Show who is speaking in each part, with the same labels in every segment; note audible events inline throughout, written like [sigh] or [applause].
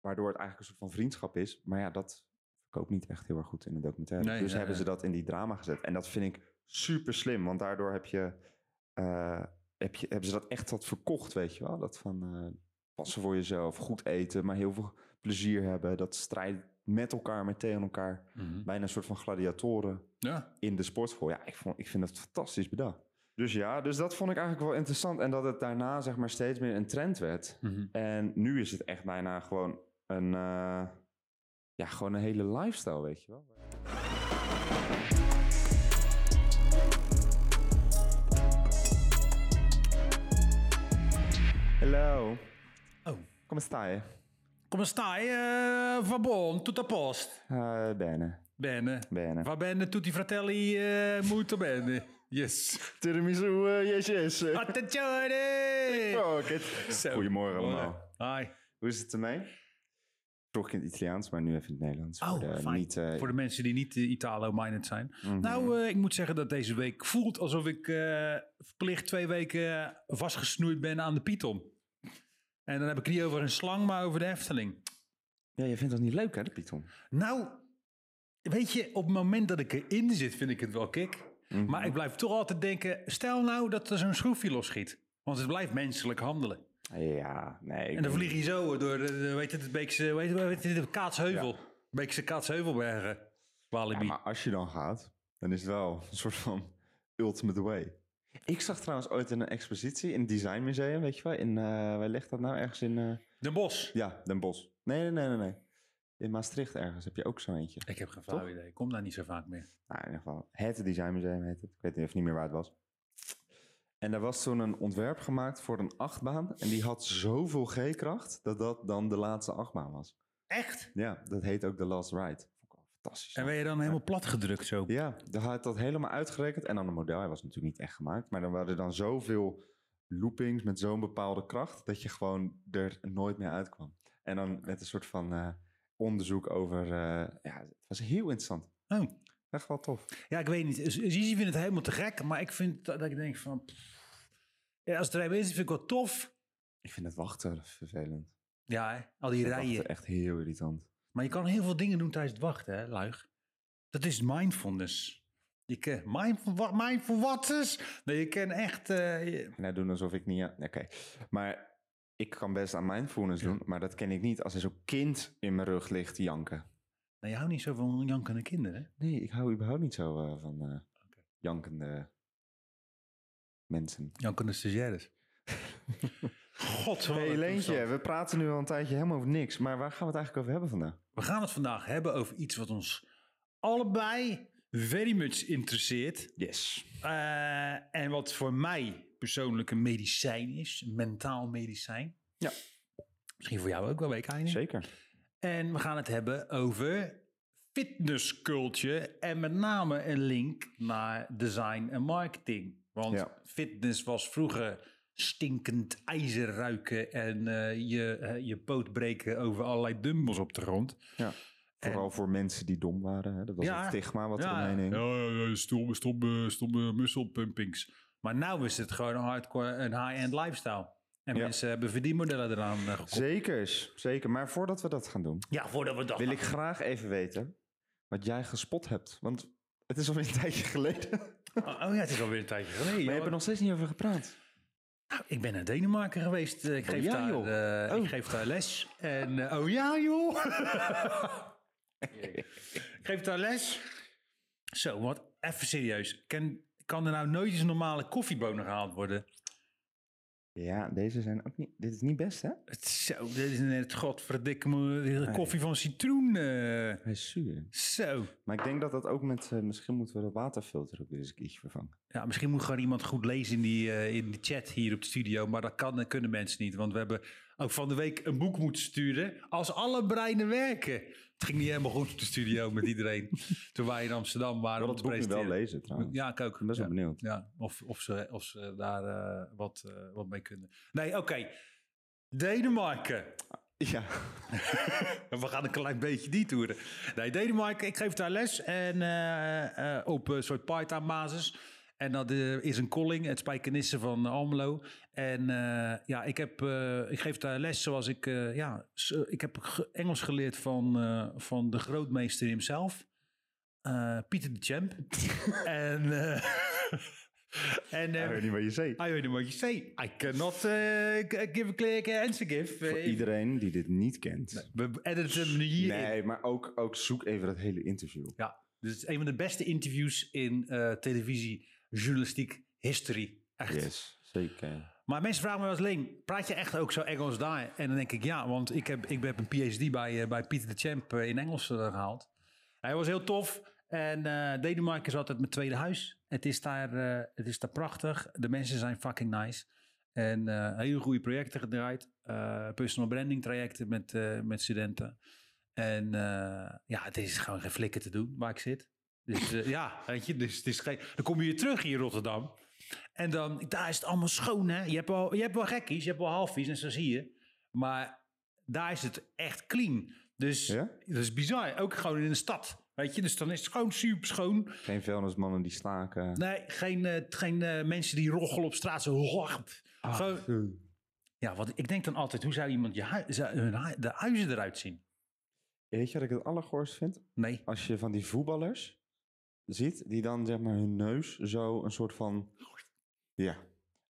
Speaker 1: Waardoor het eigenlijk een soort van vriendschap is. Maar ja, dat verkoopt niet echt heel erg goed in de documentaire.
Speaker 2: Nee,
Speaker 1: dus
Speaker 2: nee,
Speaker 1: hebben
Speaker 2: nee.
Speaker 1: ze dat in die drama gezet. En dat vind ik super slim. Want daardoor heb je, eh, heb je, hebben ze dat echt wat verkocht, weet je wel. Dat van eh, passen voor jezelf, goed eten, maar heel veel plezier hebben. Dat strijd met elkaar, maar tegen elkaar. Bijna een soort van gladiatoren
Speaker 2: Ja.
Speaker 1: in de sportschool. Ja, ik, vond, ik vind dat fantastisch bedacht. Dus ja, dus dat vond ik eigenlijk wel interessant. En dat het daarna zeg maar steeds meer een trend werd. En nu is het echt bijna gewoon een, eh, ja, gewoon een hele lifestyle, weet je wel. Hallo,
Speaker 2: Oh.
Speaker 1: kom sta je?
Speaker 2: Come stai? Eh, va bon, tutto a post.
Speaker 1: Eh, bene,
Speaker 2: Bene.
Speaker 1: bene.
Speaker 2: Va bene, tutti fratelli, eh, molto bene. [laughs] Yes.
Speaker 1: Tiramisu, eh, yes, yes.
Speaker 2: Attenzione!
Speaker 1: Oh, kid.
Speaker 2: Zo.
Speaker 1: Goedemorgen allemaal.
Speaker 2: Hi.
Speaker 1: Hoe is het ermee? Vroeg in het Italiaans, maar nu even in het Nederlands.
Speaker 2: Oh,
Speaker 1: voor de,
Speaker 2: fijn.
Speaker 1: Niet, eh, Mhm.
Speaker 2: Voor de mensen die niet eh, Italo-minded zijn. Nou, eh, ik moet zeggen dat deze week voelt alsof ik eh, verplicht twee weken vastgesnoeid ben aan de Python. En dan heb ik het niet over een slang, maar over de Efteling.
Speaker 1: Ja, je vindt dat niet leuk, hè, de Python?
Speaker 2: Nou, weet je, op het moment dat ik erin zit, vind ik het wel kick.
Speaker 1: Mhm.
Speaker 2: Maar ik blijf toch altijd denken, stel nou dat er zo'n schroefje losschiet. Want het blijft menselijk handelen.
Speaker 1: Ja, nee.
Speaker 2: En dan vlieg je zo door de, de- weet je, het Beekse, weet je, weet je, de Kaatsheuvel. Beekse Kaatsheuvelbergen. Walibi.
Speaker 1: maar als je dan gaat, dan is het wel een soort van [laughs] ultimate way. Ik zag trouwens ooit in een expositie in het Design Museum, weet je wel? In, eh waar ligt dat nou? Ergens in... eh,
Speaker 2: Den Bos.
Speaker 1: ja, Den Bosch. Nee, nee, nee, nee, nee. In Maastricht ergens heb je ook zo eentje.
Speaker 2: Ik heb geen flauw idee. Ik kom daar niet zo vaak meer.
Speaker 1: Nou, in ieder geval, het Design Museum heet het. Ik weet even niet meer waar het was. En daar was toen een ontwerp gemaakt voor een achtbaan. En die had zoveel G-kracht dat dat dan de laatste achtbaan was.
Speaker 2: Echt?
Speaker 1: Ja, dat heet ook The Last Ride. Vond ik wel fantastisch.
Speaker 2: En ben je dan helemaal platgedrukt zo?
Speaker 1: Ja, daar had dat helemaal uitgerekend. En dan een model. Hij was natuurlijk niet echt gemaakt. Maar dan waren er dan zoveel loopings met zo'n bepaalde kracht... dat je gewoon er nooit meer uitkwam. En dan met een soort van eh, onderzoek over... eh, ja, het was heel interessant.
Speaker 2: Oh.
Speaker 1: Echt wel tof.
Speaker 2: Ja, ik weet niet. Z- Zizi vindt het helemaal te gek, maar ik vind dat, dat ik denk van... pff. Ja, als het er helemaal in zit, vind ik wel tof.
Speaker 1: Ik vind het wachten vervelend.
Speaker 2: Ja, hè? al die
Speaker 1: Dat
Speaker 2: rijen.
Speaker 1: wachten echt heel irritant.
Speaker 2: Maar je kan heel veel dingen doen tijdens het wachten, hè, luig. Dat is mindfulness. Je ken mindful, wa- mindful what is? Nee, je kan echt... eh, je-
Speaker 1: En hij doet alsof ik niet... aan- Oké, maar ik kan best aan mindfulness doen... maar dat ken ik niet als er zo'n kind in mijn rug ligt te janken.
Speaker 2: Nou, je houdt niet zo van jankende kinderen. hè?
Speaker 1: Nee, ik hou überhaupt niet zo eh, van eh, jankende mensen.
Speaker 2: Jankende stagiaires. God, wat
Speaker 1: Hey
Speaker 2: een
Speaker 1: Leentje,
Speaker 2: toestand.
Speaker 1: we praten nu al een tijdje helemaal over niks... maar waar gaan we het eigenlijk over hebben vandaag?
Speaker 2: We gaan het vandaag hebben over iets wat ons allebei very much interesseert.
Speaker 1: Yes.
Speaker 2: Eh, en wat voor mij persoonlijk een medicijn is. Een mentaal medicijn.
Speaker 1: Ja.
Speaker 2: Misschien voor jou ook wel, weet ik eigenlijk niet.
Speaker 1: Zeker.
Speaker 2: En we gaan het hebben over fitnesscultje. En met name een link naar design en marketing. Want
Speaker 1: Ja.
Speaker 2: fitness was vroeger stinkend ijzer ruiken en eh, je, eh, je poot breken over allerlei dumbbells op de grond.
Speaker 1: Ja. Vooral voor mensen die dom waren. Hè? Dat was
Speaker 2: Ja.
Speaker 1: het stigma wat
Speaker 2: ja,
Speaker 1: er omheen hing.
Speaker 2: ja, ja, ja, stomme, stomme, stomme muscle pumpings. Maar nu is het gewoon een hardcore, een high-end lifestyle. En
Speaker 1: Ja.
Speaker 2: mensen hebben verdienmodellen eraan eh, gekoppeld.
Speaker 1: Zekers, zeker. Maar voordat we dat gaan doen...
Speaker 2: Ja, voordat we dat...
Speaker 1: wil ik graag even weten wat jij gespot hebt. Want het is alweer een tijdje geleden. [laughs] Maar
Speaker 2: Oh oh ja, het is alweer een tijdje geleden.
Speaker 1: je hebt
Speaker 2: hoor.
Speaker 1: er nog steeds niet over gepraat.
Speaker 2: Nou, ik ben naar Denemarken geweest. Eh, Ik
Speaker 1: Oh,
Speaker 2: geef,
Speaker 1: ja,
Speaker 2: daar,
Speaker 1: joh.
Speaker 2: eh, ik
Speaker 1: Oh.
Speaker 2: geef daar les. En, eh, oh ja, joh! [laughs] ik geef daar les. Zo, want even serieus. Kan, kan er nou nooit eens een normale koffiebonen gehaald worden?
Speaker 1: Ja, deze zijn ook niet... Dit is niet best, hè?
Speaker 2: Het, zo, dit is net godverdikke me- koffie van citroen. eh.
Speaker 1: Hij is zuur.
Speaker 2: zo.
Speaker 1: Maar ik denk dat dat ook met... eh, misschien moeten we dat waterfilter ook weer eens een keertje vervangen.
Speaker 2: Ja, misschien moet gewoon iemand goed lezen in, die, eh, in de chat hier op de studio. Maar dat kan, dat kunnen mensen niet. Want we hebben ook van de week een boek moeten sturen. Als alle breinen werken. Het ging niet helemaal goed op de studio met
Speaker 1: [laughs]
Speaker 2: iedereen. toen wij in Amsterdam
Speaker 1: Ik
Speaker 2: waren
Speaker 1: wil
Speaker 2: om
Speaker 1: dat
Speaker 2: te
Speaker 1: boek nu wel
Speaker 2: presenteren.
Speaker 1: lezen, trouwens.
Speaker 2: Ja, ik ook.
Speaker 1: Ik ben best
Speaker 2: ja.
Speaker 1: wel benieuwd.
Speaker 2: Ja, of, of, ze, of ze daar eh, wat, eh, wat mee kunnen. Nee, oké. Denemarken.
Speaker 1: [laughs] Ja.
Speaker 2: [laughs] We gaan een klein beetje die toeren. Nee, Denemarken, ik geef daar les en, eh, eh, op een soort eh, part-time basis. En dat eh, is een calling, het spijkenissen van eh, Almelo. En eh, ja, ik, heb, eh, ik geef daar les zoals ik... eh, ja, s- ik heb ge- Engels geleerd van, eh, van de grootmeester himself. eh, Pieter de Champ. en... eh, [laughs] en
Speaker 1: Ik
Speaker 2: eh,
Speaker 1: weet niet wat je zei.
Speaker 2: I heard what you say. I cannot eh, g- give a clear answer give.
Speaker 1: Voor
Speaker 2: Eh,
Speaker 1: iedereen die dit niet kent.
Speaker 2: We editen hem hier in.
Speaker 1: Nee, maar ook, ook zoek even dat hele interview.
Speaker 2: Ja, dus het is een van de beste interviews in eh, televisie, journalistiek, history. Echt.
Speaker 1: Yes, zeker.
Speaker 2: Maar mensen vragen me wel eens, Leen, praat je echt ook zo Engels daar? En dan denk ik, ja, want ik heb, ik heb een PhD bij, eh, bij Pieter de Champ eh, in Engels eh, gehaald. Hij was heel tof. En eh, Denemarken is altijd mijn tweede huis. Het is, daar, eh, het is daar prachtig. De mensen zijn fucking nice. En eh, hele goede projecten gedraaid. Eh, personal branding trajecten met, eh, met studenten. En eh, ja, het is gewoon geen flikker te doen waar ik zit. Dus eh, ja, weet je, dus het is geen... Dan kom je weer terug hier in Rotterdam. En dan, daar is het allemaal schoon, hè? Je hebt wel, je hebt wel gekkies, je hebt wel halfies en zo zie je. Maar daar is het echt clean. Dus
Speaker 1: Ja?
Speaker 2: dat is bizar. Ook gewoon in de stad. Weet je, dus dan is het gewoon super schoon.
Speaker 1: Geen vuilnismannen die slaken.
Speaker 2: Nee, geen, eh, geen eh, mensen die roggelen op straat. Zo,
Speaker 1: Ah.
Speaker 2: gewoon, ja, want ik denk dan altijd, hoe zou iemand je hui- zou hun hui- de huizen eruit zien?
Speaker 1: Weet je wat ik het allergoorst vind?
Speaker 2: Nee,
Speaker 1: Als je van die voetballers ziet, die dan zeg maar hun neus zo een soort van... Ja.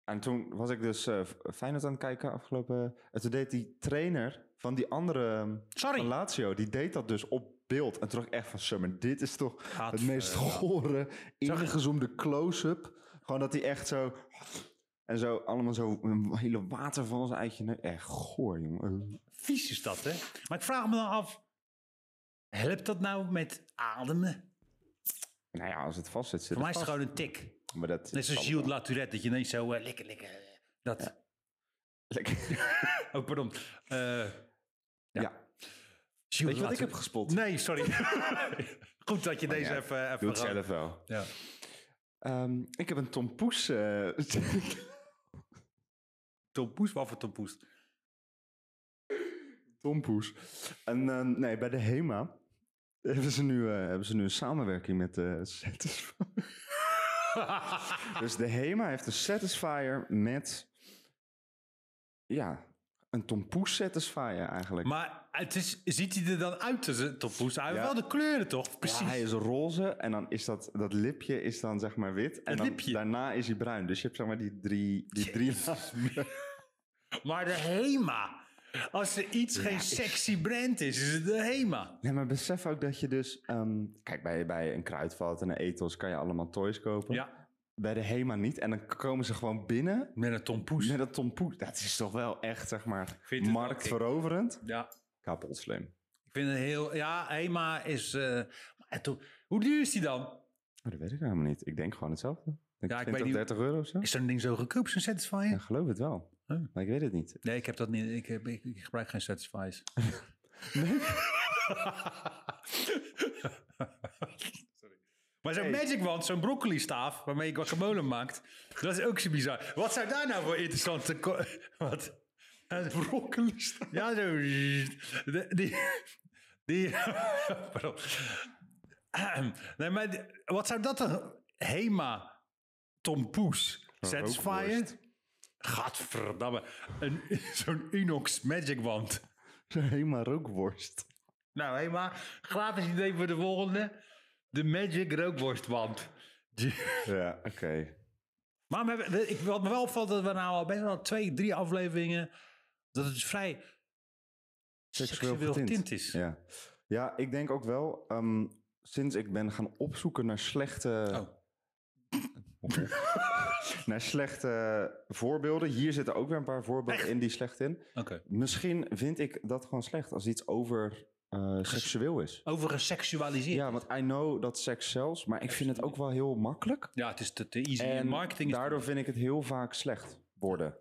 Speaker 1: En toen was ik dus eh Feyenoord aan het kijken afgelopen... En toen deed die trainer van die andere ehm, van
Speaker 2: sorry.
Speaker 1: Lazio, die deed dat dus op beeld. En toen dacht ik echt van, zo, maar dit is toch
Speaker 2: Gaat
Speaker 1: het eh, meest
Speaker 2: ver-
Speaker 1: gore, ingezoomde close-up. Gewoon dat hij echt zo... En zo, allemaal zo een hele waterval zijn eitje. Nee, echt goor, jongen.
Speaker 2: Vies is dat, hè? Maar ik vraag me dan af, helpt dat nou met ademen?
Speaker 1: Nou ja, als het vast zit, zit
Speaker 2: Voor mij
Speaker 1: het
Speaker 2: is het
Speaker 1: vast.
Speaker 2: gewoon een tik.
Speaker 1: Maar dat
Speaker 2: Net zoals
Speaker 1: zal
Speaker 2: Gilles
Speaker 1: wel.
Speaker 2: Latourette, dat je ineens zo eh, lekker, lekker. eh, Dat.
Speaker 1: Lekker.
Speaker 2: Oh, pardon. Eh
Speaker 1: Ja.
Speaker 2: Gilles
Speaker 1: Weet je wat ik heb
Speaker 2: Latourette.
Speaker 1: gespot? [laughs]
Speaker 2: Nee, sorry. Goed dat je
Speaker 1: Maar
Speaker 2: deze
Speaker 1: ja,
Speaker 2: even, even
Speaker 1: Doe het
Speaker 2: gehad.
Speaker 1: zelf wel.
Speaker 2: Ja.
Speaker 1: Ehm, ik heb een Tom Poes... eh, [laughs]
Speaker 2: Tom Poes, wat voor Tom Poes?
Speaker 1: Tom Poes. En eh, nee, bij de HEMA hebben ze nu, eh, hebben ze nu een samenwerking met de Satisfyer. [laughs] dus de HEMA heeft een Satisfyer met... Ja, een Tom Poes Satisfyer eigenlijk.
Speaker 2: Maar het is, ziet hij er dan uit als een Tom Poes? Hij heeft
Speaker 1: Ja.
Speaker 2: wel de kleuren, toch?
Speaker 1: Ja,
Speaker 2: Precies.
Speaker 1: hij is roze en dan is dat, dat lipje is dan zeg maar wit. En
Speaker 2: Het
Speaker 1: dan
Speaker 2: lipje.
Speaker 1: daarna is hij bruin. Dus je hebt zeg maar die drie, die drie [laughs] lagen.
Speaker 2: Maar de HEMA. Als er iets geen sexy brand is, is het de HEMA.
Speaker 1: Nee, maar besef ook dat je dus... ehm, kijk, bij, bij een kruidvat en een ethos kan je allemaal toys kopen.
Speaker 2: Ja,
Speaker 1: Bij de HEMA niet. En dan komen ze gewoon binnen
Speaker 2: met een Tom Poes.
Speaker 1: met dat Tom Poes. Dat is toch wel echt, zeg maar,
Speaker 2: vind het wel
Speaker 1: marktveroverend.
Speaker 2: Ja.
Speaker 1: Kapot slim.
Speaker 2: Ik vind het heel... Ja, HEMA is... eh, maar en toen- hoe duur is die dan?
Speaker 1: Maar Oh, dat weet ik helemaal niet. Ik denk gewoon hetzelfde. Ik
Speaker 2: Ja, ik
Speaker 1: 20
Speaker 2: weet
Speaker 1: of
Speaker 2: niet-
Speaker 1: 30 euro of zo.
Speaker 2: Is Oh. zo'n ding zo goedkoop, zo'n Satisfyer?
Speaker 1: Ja, geloof het wel.
Speaker 2: Huh?
Speaker 1: Maar ik weet het
Speaker 2: [laughs]
Speaker 1: niet.
Speaker 2: Nee, ik heb dat niet. Ik, heb, ik, ik gebruik geen Satisfies. Maar zo'n
Speaker 1: Hey.
Speaker 2: Magic Wand, zo'n broccoli staaf waarmee je guacamole maakt, dat is ook zo bizar. Wat zou daar nou voor interessante... ko- [laughs] Wat? Een broccoli staaf? Ja, zo... De- Die... die [laughs] pardon. Ahem. nee, maar die- wat zou dat dan... Hema, Tom Poes, Satisfyer...
Speaker 1: rookworst.
Speaker 2: Gadverdamme. Een, [laughs] zo'n Unox Magic Wand.
Speaker 1: Helemaal rookworst.
Speaker 2: Nou, hé, maar gratis idee voor de volgende. De Magic Rookworstwand. Die-
Speaker 1: Ja, oké.
Speaker 2: Maar we hebben- we- ik, wat me wel opvalt, dat we nou al best wel twee, drie afleveringen... dat het dus vrij seksueel, getint. is.
Speaker 1: Ja. ja, ik denk ook wel, ehm, sinds ik ben gaan opzoeken naar slechte...
Speaker 2: Oh.
Speaker 1: [laughs] naar slechte voorbeelden. Hier zitten ook weer een paar voorbeelden in die slecht in.
Speaker 2: Oké.
Speaker 1: Misschien vind ik dat gewoon slecht als iets over eh, seksueel is.
Speaker 2: Over geseksualiseerd. Ja.
Speaker 1: Ja, want I know dat seks zelfs, maar ik vind het ook wel heel makkelijk.
Speaker 2: het is te, te easy.
Speaker 1: En
Speaker 2: marketing is
Speaker 1: daardoor vind ik het heel vaak slecht worden,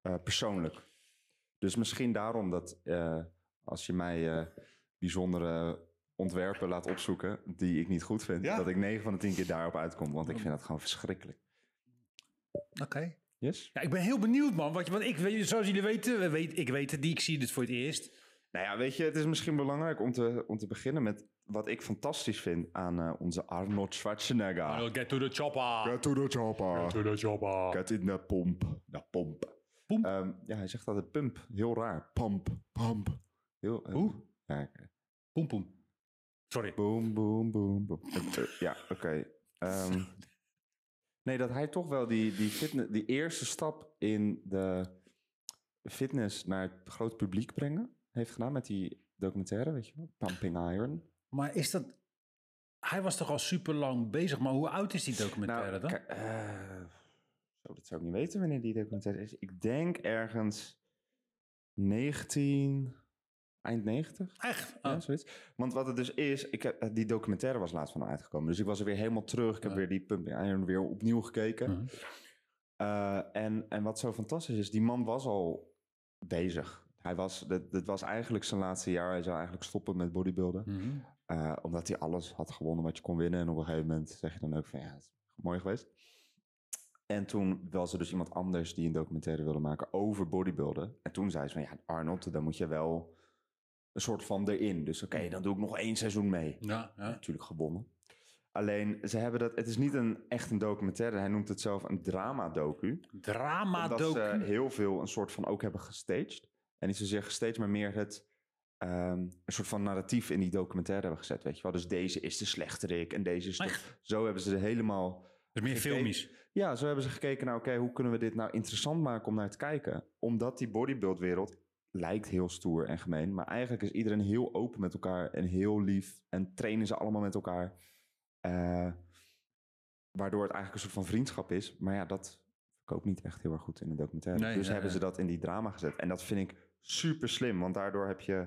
Speaker 1: eh, persoonlijk. Dus misschien daarom dat eh, als je mij eh, bijzondere ontwerpen laat opzoeken die ik niet goed vind,
Speaker 2: Ja.
Speaker 1: dat ik 9 van de 10 keer daarop uitkom, want ik vind dat gewoon verschrikkelijk.
Speaker 2: Oké.
Speaker 1: Yes?
Speaker 2: Ja, ik ben heel benieuwd, man. Want, want ik, weet- zoals jullie weten, we weet, ik weet het, die ik zie dit voor het eerst.
Speaker 1: Nou ja, weet je, het is misschien belangrijk om te, om te beginnen met wat ik fantastisch vind aan eh, onze Arnold Schwarzenegger.
Speaker 2: I'll Oh, get to the chopper.
Speaker 1: Get to the chopper.
Speaker 2: to the chopper.
Speaker 1: Get in de pomp. De pomp.
Speaker 2: Pomp?
Speaker 1: Ehm, ja, hij zegt altijd pump. Heel raar. Pump. Pump. Heel, eh,
Speaker 2: Hoe?
Speaker 1: ja,
Speaker 2: Poem poem. Sorry.
Speaker 1: Boom, boom, boom, boom. Eh, eh, ja, oké.
Speaker 2: [laughs]
Speaker 1: Ehm, nee, dat hij toch wel die, die, fitne- die eerste stap in de fitness naar het groot publiek brengen heeft gedaan met die documentaire, weet je wel? Pumping Iron.
Speaker 2: Maar is dat... Hij was toch al super lang bezig, maar hoe oud is die documentaire dan?
Speaker 1: Nou, kijk, eh, zo, dat zou ik niet weten wanneer die documentaire is. Ik denk ergens 19, eind 90.
Speaker 2: Echt? Oh.
Speaker 1: Ja, zoiets. Want wat het dus is, ik heb, eh, die documentaire was laatst van hem uitgekomen. Dus ik was er weer helemaal terug. Ik heb
Speaker 2: Ja.
Speaker 1: weer die Pumping Iron weer opnieuw gekeken.
Speaker 2: Mhm.
Speaker 1: Eh, en, en wat zo fantastisch is, die man was al bezig. Hij was, dat, dat was eigenlijk zijn laatste jaar. Hij zou eigenlijk stoppen met bodybuilden.
Speaker 2: Mhm.
Speaker 1: Eh, omdat hij alles had gewonnen wat je kon winnen. En op een gegeven moment zeg je dan ook van ja, het is mooi geweest. En toen was er dus iemand anders die een documentaire wilde maken over bodybuilden. En toen zei ze van ja, Arnold, dan moet je wel een soort van erin. Dus oké, dan doe ik nog één seizoen mee.
Speaker 2: Ja, ja.
Speaker 1: Natuurlijk gewonnen. Alleen, ze hebben dat, het is niet een, echt een documentaire. Hij noemt het zelf een drama-docu
Speaker 2: Drama
Speaker 1: omdat ze
Speaker 2: docu.
Speaker 1: heel veel een soort van ook hebben gestaged. En niet zozeer gestaged, maar meer het... ehm, een soort van narratief in die documentaire hebben gezet, weet je wel. Dus deze is de slechterik en deze is de...
Speaker 2: Echt?
Speaker 1: Zo hebben ze er helemaal...
Speaker 2: Dat is meer
Speaker 1: gekeken.
Speaker 2: filmisch.
Speaker 1: Ja, zo hebben ze gekeken naar, oké, hoe kunnen we dit nou interessant maken om naar te kijken? Omdat die bodybuildwereld lijkt heel stoer en gemeen, maar eigenlijk is iedereen heel open met elkaar en heel lief en trainen ze allemaal met elkaar. Eh, waardoor het eigenlijk een soort van vriendschap is. Maar ja, dat verkoopt niet echt heel erg goed in de documentaire.
Speaker 2: Nee,
Speaker 1: dus
Speaker 2: nee,
Speaker 1: hebben
Speaker 2: nee.
Speaker 1: ze dat in die drama gezet. En dat vind ik super slim, want daardoor heb je,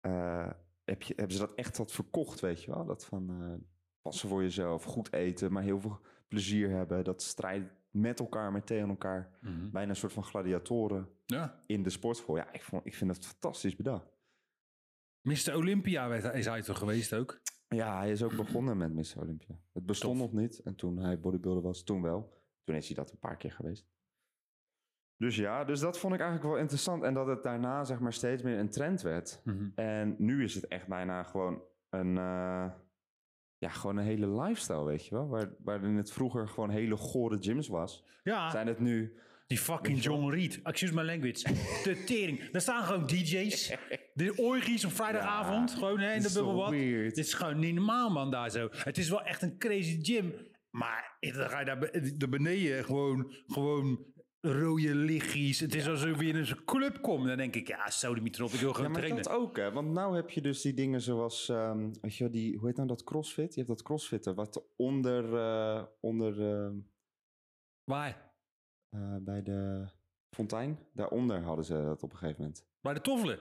Speaker 1: eh, heb je, hebben ze dat echt wat verkocht, weet je wel? Dat van eh, passen voor jezelf, goed eten, maar heel veel plezier hebben. Dat strijd met elkaar, maar tegen elkaar.
Speaker 2: Mhm.
Speaker 1: Bijna een soort van gladiatoren
Speaker 2: Ja.
Speaker 1: in de sportschool. Ja, ik, vond, ik vind dat fantastisch bedacht.
Speaker 2: Mr. Olympia werd hij- is hij toch geweest ook?
Speaker 1: Ja, hij is ook begonnen met Miss Olympia. Het bestond
Speaker 2: Tof.
Speaker 1: nog niet. En toen hij bodybuilder was, toen wel. Toen is hij dat een paar keer geweest. Dus ja, dus dat vond ik eigenlijk wel interessant. En dat het daarna zeg maar steeds meer een trend werd. En nu is het echt bijna gewoon een, eh, ja, gewoon een hele lifestyle, weet je wel. Waar, waarin het vroeger gewoon hele gore gyms was.
Speaker 2: Ja,
Speaker 1: Zijn het nu...
Speaker 2: die fucking
Speaker 1: Weet je wel?
Speaker 2: John Reed. Excuse my language. De tering. Daar staan gewoon DJ's. De orgies op vrijdagavond.
Speaker 1: Ja,
Speaker 2: gewoon hè,
Speaker 1: [laughs] dit
Speaker 2: in de
Speaker 1: is
Speaker 2: bubbel
Speaker 1: toch
Speaker 2: wat.
Speaker 1: weird?
Speaker 2: Dit is gewoon niet normaal, man, daar zo. Het is wel echt een crazy gym. Maar dan ga je daar be- de beneden gewoon, gewoon rode lichtjes. Het is alsof je in een club komt. Dan denk ik, ja, sodemiet erop. Ik wil
Speaker 1: Ja,
Speaker 2: gewoon
Speaker 1: maar
Speaker 2: trainen.
Speaker 1: dat ook, hè. Want nou heb je dus die dingen zoals, ehm, weet je wel, die, hoe heet nou dat crossfit? Je hebt dat crossfitten wat onder, eh, onder ehm,
Speaker 2: Waar?
Speaker 1: eh, bij de fontein, daaronder hadden ze dat op een gegeven moment.
Speaker 2: Bij de toffelen?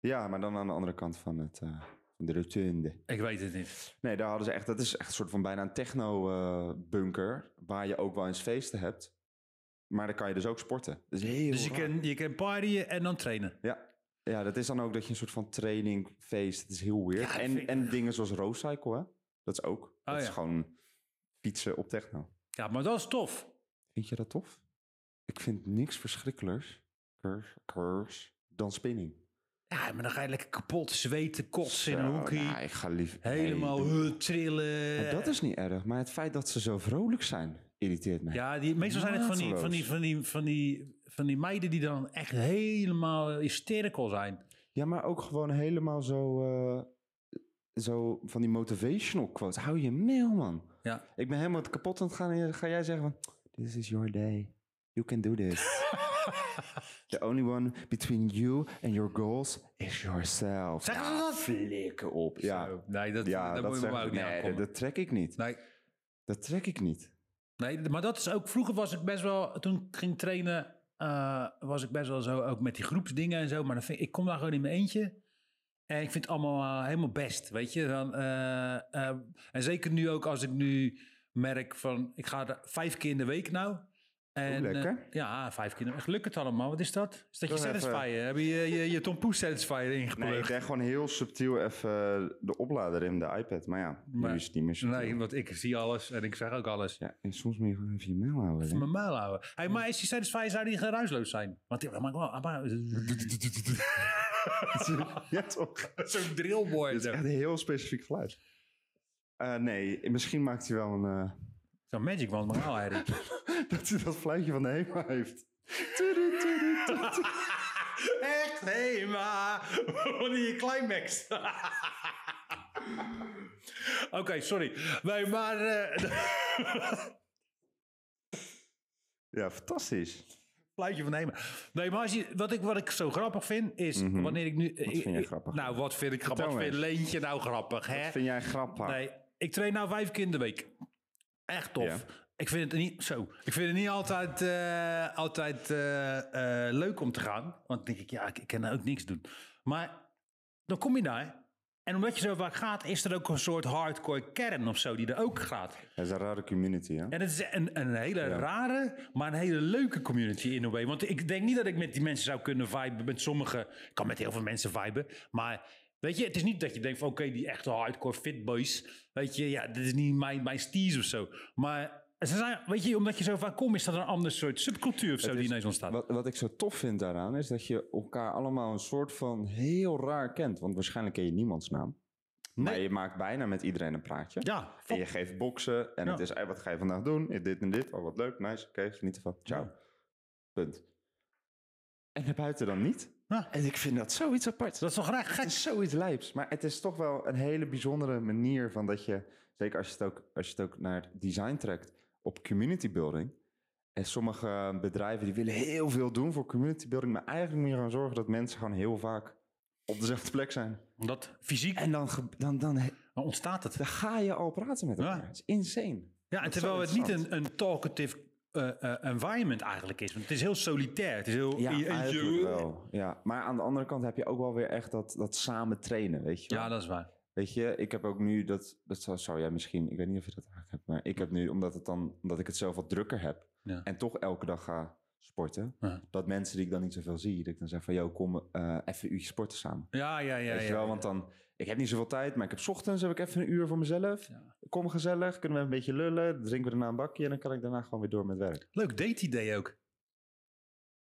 Speaker 1: Ja, maar dan aan de andere kant van het, eh, van de rotonde.
Speaker 2: Ik weet het niet.
Speaker 1: Nee, daar hadden ze echt, dat is echt een soort van bijna een techno-bunker, eh, waar je ook wel eens feesten hebt. Maar dan kan je dus ook sporten. Dat is heel
Speaker 2: Dus je
Speaker 1: raar.
Speaker 2: kan, je kan partyen en dan trainen.
Speaker 1: Ja. ja, dat is dan ook dat je een soort van training feest. Het is heel weird.
Speaker 2: Ja, ik
Speaker 1: en,
Speaker 2: vind-
Speaker 1: en dingen zoals Roadcycle, hè? Dat is ook. dat is
Speaker 2: ja.
Speaker 1: gewoon fietsen op techno.
Speaker 2: Ja, maar dat is tof.
Speaker 1: Vind je dat tof? Ik vind niks verschrikkelijks kers, kers, dan spinning.
Speaker 2: Ja, maar dan ga je lekker kapot zweten, kotsen in een
Speaker 1: Zo,
Speaker 2: hoekie.
Speaker 1: nou, ik ga lief... nee,
Speaker 2: Helemaal
Speaker 1: doe-
Speaker 2: huh, trillen.
Speaker 1: Maar dat is niet erg. Maar het feit dat ze zo vrolijk zijn, irriteert mij.
Speaker 2: Ja, die, meestal zijn het van die, van, die, van, die, van, die, van die meiden die dan echt helemaal hysterical zijn.
Speaker 1: Ja, maar ook gewoon helemaal zo, eh, zo van die motivational quotes. Hou je mail, man.
Speaker 2: Ja.
Speaker 1: Ik ben helemaal kapot aan het gaan en dan ga jij zeggen van... This is your day. You can do
Speaker 2: [laughs]
Speaker 1: this. The only one between you and your goals is yourself.
Speaker 2: Zeggen ze
Speaker 1: Ja,
Speaker 2: dat?
Speaker 1: Flikker op. Ja,
Speaker 2: Zo. Nee, dat,
Speaker 1: ja
Speaker 2: daar
Speaker 1: dat,
Speaker 2: moet je
Speaker 1: zeggen
Speaker 2: maar ook
Speaker 1: ze.
Speaker 2: niet Nou.
Speaker 1: nee, dat,
Speaker 2: aankomen.
Speaker 1: dat trek ik niet.
Speaker 2: Nee,
Speaker 1: Dat trek ik niet.
Speaker 2: nee, maar dat is ook... Vroeger was ik best wel... Toen ik ging trainen, eh, was ik best wel zo... Ook met die groepsdingen en zo. Maar dan vind, ik kom daar gewoon in mijn eentje. En ik vind het allemaal eh, helemaal best, weet je. Dan, eh, eh, en zeker nu ook als ik nu merk van... Ik ga er vijf keer in de week nou. En,
Speaker 1: Oh, lekker.
Speaker 2: eh, ja, vijf keer. in de week. Lukt het allemaal? Wat is dat? Is dat je
Speaker 1: Doe even-
Speaker 2: satisfier? Heb je je, je, je tompoes satisfier
Speaker 1: Nee, ik
Speaker 2: ingeplukt?
Speaker 1: krijg gewoon heel subtiel even eh, de oplader in de iPad. Maar ja,
Speaker 2: Maar-
Speaker 1: nu is het niet meer
Speaker 2: Nee,
Speaker 1: subtiel.
Speaker 2: want ik zie alles en ik zeg ook alles.
Speaker 1: Ja, en soms moet je gewoon even je mail houden.
Speaker 2: Even
Speaker 1: hè.
Speaker 2: mijn muil houden. Hey, maar is die satisfier, zou die geruisloos zijn? Want die, maar, maar, maar-
Speaker 1: [laughs] ja, toch?
Speaker 2: [laughs] Zo'n drillboy.
Speaker 1: Dit is
Speaker 2: zo.
Speaker 1: echt een heel specifiek geluid. Eh, nee, misschien maakt hij wel een... eh, [laughs]
Speaker 2: Zo'n magic wand, maar nou, Harry.
Speaker 1: dat hij dat fluitje van de HEMA heeft. Tudu, tudu, tudu.
Speaker 2: [laughs] Echt, hé, maar [laughs] wanneer je climax. [laughs] Oké, sorry. Nee, maar eh [laughs]
Speaker 1: ja, fantastisch.
Speaker 2: fluitje van nemen. Nee, maar als je, wat, ik, wat ik zo grappig vind is
Speaker 1: Mhm.
Speaker 2: wanneer ik nu...
Speaker 1: Wat vind jij grappig?
Speaker 2: Nou, wat vind ik grappig? Wat
Speaker 1: Vertel
Speaker 2: vind Leentje nou grappig, hè?
Speaker 1: Vind jij grappig?
Speaker 2: Nee, ik train nou vijf keer in de week. Echt tof.
Speaker 1: Ja.
Speaker 2: Ik vind het niet zo. Ik vind het niet altijd, eh, altijd eh, eh, leuk om te gaan. Want dan denk ik, ja, ik, ik kan nou ook niks doen. Maar dan kom je daar. En omdat je zo vaak gaat, is er ook een soort hardcore kern of zo die er ook gaat.
Speaker 1: Dat is een rare community, hè?
Speaker 2: En het is een, een hele rare, maar een hele leuke community in a way. Want ik denk niet dat ik met die mensen zou kunnen viben. Met sommige, ik kan met heel veel mensen viben. Maar weet je, het is niet dat je denkt van oké, die echte hardcore fit boys. Weet je, ja, dit is niet mijn, mijn steez of zo. Maar ze zijn, weet je, omdat je zo vaak komt, is dat een ander soort subcultuur of zo die
Speaker 1: is-
Speaker 2: ineens ontstaat.
Speaker 1: Wat, wat ik zo tof vind daaraan is dat je elkaar allemaal een soort van heel raar kent. Want waarschijnlijk ken je niemands naam. Maar
Speaker 2: Nee.
Speaker 1: je maakt bijna met iedereen een praatje.
Speaker 2: Ja,
Speaker 1: En je geeft boksen. En
Speaker 2: Ja.
Speaker 1: het is, hey, wat ga je vandaag doen? Eh, Dit en dit. Oh, wat leuk. Nice. Oké, geniet ervan. Ciao.
Speaker 2: Ja.
Speaker 1: Punt. En daarbuiten dan niet.
Speaker 2: Ja.
Speaker 1: En ik vind dat zoiets apart.
Speaker 2: dat is toch graag
Speaker 1: Het
Speaker 2: gek.
Speaker 1: is zoiets lijps. Maar het is toch wel een hele bijzondere manier van dat je... Zeker als je het ook, als je het ook naar het design trekt op community building. En sommige eh, bedrijven die willen heel veel doen voor community building. Maar eigenlijk moet je gewoon zorgen dat mensen gewoon heel vaak op dezelfde plek zijn.
Speaker 2: Omdat fysiek
Speaker 1: En dan, ge- dan, dan,
Speaker 2: ontstaat het.
Speaker 1: dan ga je al praten met
Speaker 2: Ja.
Speaker 1: elkaar. Het is insane.
Speaker 2: Ja,
Speaker 1: Dat
Speaker 2: en
Speaker 1: is
Speaker 2: terwijl
Speaker 1: wel
Speaker 2: het niet een, een talkative eh, eh, environment eigenlijk is. Want het is heel solitair. Het is heel...
Speaker 1: Ja,
Speaker 2: in je eentje.
Speaker 1: eigenlijk wel. Ja, maar aan de andere kant heb je ook wel weer echt dat, dat samen trainen, weet je wel.
Speaker 2: Ja, dat is waar.
Speaker 1: Weet je, ik heb ook nu, dat, dat zou, zou jij misschien, ik weet niet of je dat eigenlijk hebt, maar ik heb nu, omdat, het dan, omdat ik het zelf wat drukker heb
Speaker 2: Ja.
Speaker 1: en toch elke dag ga sporten,
Speaker 2: Ja.
Speaker 1: dat mensen die ik dan niet zoveel zie, dat ik dan zeg van, joh, kom eh, even een uurtje sporten samen.
Speaker 2: Ja, ja, ja.
Speaker 1: weet
Speaker 2: ja,
Speaker 1: je wel,
Speaker 2: ja.
Speaker 1: want dan, ik heb niet zoveel tijd, maar ik heb 's ochtends heb ik even een uur voor mezelf.
Speaker 2: Ja.
Speaker 1: Kom gezellig, kunnen we een beetje lullen, dan drinken we daarna een bakje en dan kan ik daarna gewoon weer door met werk.
Speaker 2: Leuk date-idee ook.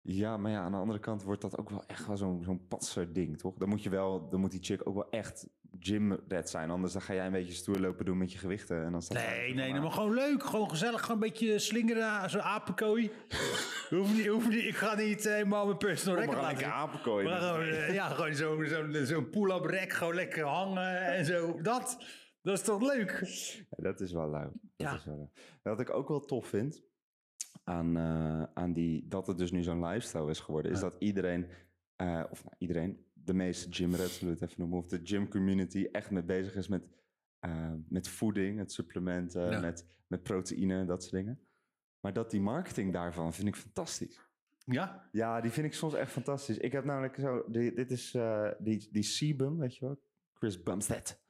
Speaker 1: Ja, maar ja, aan de andere kant wordt dat ook wel echt wel zo'n zo'n patser ding, toch? Dan moet je wel, dan moet die chick ook wel echt gymred zijn. Anders dan ga jij een beetje stoer lopen doen met je gewichten. En dan staat zij
Speaker 2: Nee,
Speaker 1: van,
Speaker 2: nee, nee,
Speaker 1: ah,
Speaker 2: maar gewoon leuk. Gewoon gezellig. Gewoon een beetje slingeren. Zo'n
Speaker 1: [laughs]
Speaker 2: apenkooi. hoef niet, hoef niet, ik ga niet helemaal mijn personal
Speaker 1: kom maar
Speaker 2: record
Speaker 1: aan,
Speaker 2: laten.
Speaker 1: lekker
Speaker 2: zien.
Speaker 1: apenkooi.
Speaker 2: Maar
Speaker 1: doen.
Speaker 2: gewoon,
Speaker 1: [laughs]
Speaker 2: eh, ja, gewoon zo'n zo, pull-up rek. Gewoon lekker hangen en zo. Dat, dat is toch leuk?
Speaker 1: Ja, dat is wel lauw. Dat
Speaker 2: Ja.
Speaker 1: is wel lauw. Wat ik ook wel tof vind aan, eh, aan die, dat het dus nu zo'n lifestyle is geworden, is
Speaker 2: Ja.
Speaker 1: dat iedereen, eh, of nou, iedereen, de meeste gymreds, zullen we het even noemen, of de gym community echt mee bezig is met, eh, met voeding, het supplementen,
Speaker 2: Ja.
Speaker 1: met, met proteïne, dat soort dingen. Maar dat die marketing daarvan vind ik fantastisch.
Speaker 2: Ja?
Speaker 1: Ja, die vind ik soms echt fantastisch. Ik heb namelijk zo, die- dit is eh, die, die Sebum, weet je wel? Chris Bumstead.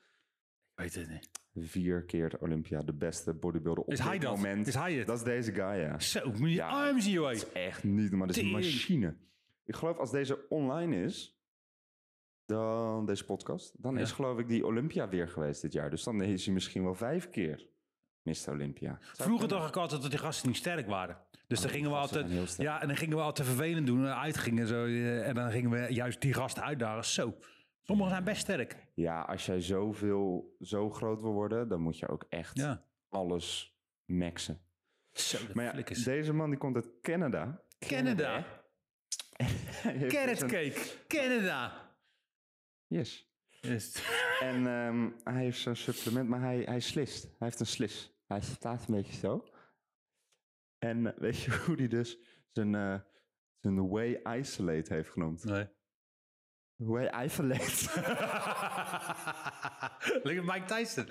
Speaker 2: Weet het niet.
Speaker 1: Vier keer de Olympia, de beste bodybuilder op
Speaker 2: Is
Speaker 1: dit
Speaker 2: hij dat?
Speaker 1: moment.
Speaker 2: Is hij het?
Speaker 1: Dat is deze guy, ja.
Speaker 2: Zo, moet je Ah,
Speaker 1: Ja.
Speaker 2: arm zien, joh.
Speaker 1: Dat is echt niet, maar dat is een
Speaker 2: Tering.
Speaker 1: machine. Ik geloof als deze online is, dan deze podcast, dan
Speaker 2: Ja.
Speaker 1: is geloof ik die Olympia weer geweest dit jaar. Dus dan is hij misschien wel vijf keer Mr. Olympia. Zou
Speaker 2: Vroeger
Speaker 1: kunnen. Ah,
Speaker 2: dacht ik altijd dat die gasten niet sterk waren. Dus dan
Speaker 1: die
Speaker 2: gingen we
Speaker 1: gasten
Speaker 2: altijd.
Speaker 1: zijn heel sterk.
Speaker 2: Ja, en dan gingen we altijd vervelend doen. eh, Uitgingen zo. eh, En dan gingen we juist die gasten uitdagen. Zo. Sommigen zijn best sterk.
Speaker 1: Ja, als jij zoveel, zo groot wil worden, dan moet je ook echt
Speaker 2: Ja.
Speaker 1: alles maxen.
Speaker 2: Zo, dat
Speaker 1: Maar ja,
Speaker 2: flikkers.
Speaker 1: deze man die komt uit Canada. [laughs]
Speaker 2: Canada.
Speaker 1: Hij heeft dus
Speaker 2: Carrot
Speaker 1: een-
Speaker 2: cake. Canada.
Speaker 1: Yes. En ehm, hij heeft zo'n supplement, maar hij, hij slist. Hij heeft een slis. Hij staat een beetje zo. En eh, weet je [laughs] hoe hij dus zijn, eh, zijn way isolate heeft genoemd?
Speaker 2: Nee.
Speaker 1: Way isolate.
Speaker 2: [laughs]
Speaker 1: [laughs]
Speaker 2: Lekker Mike [laughs] Tyson.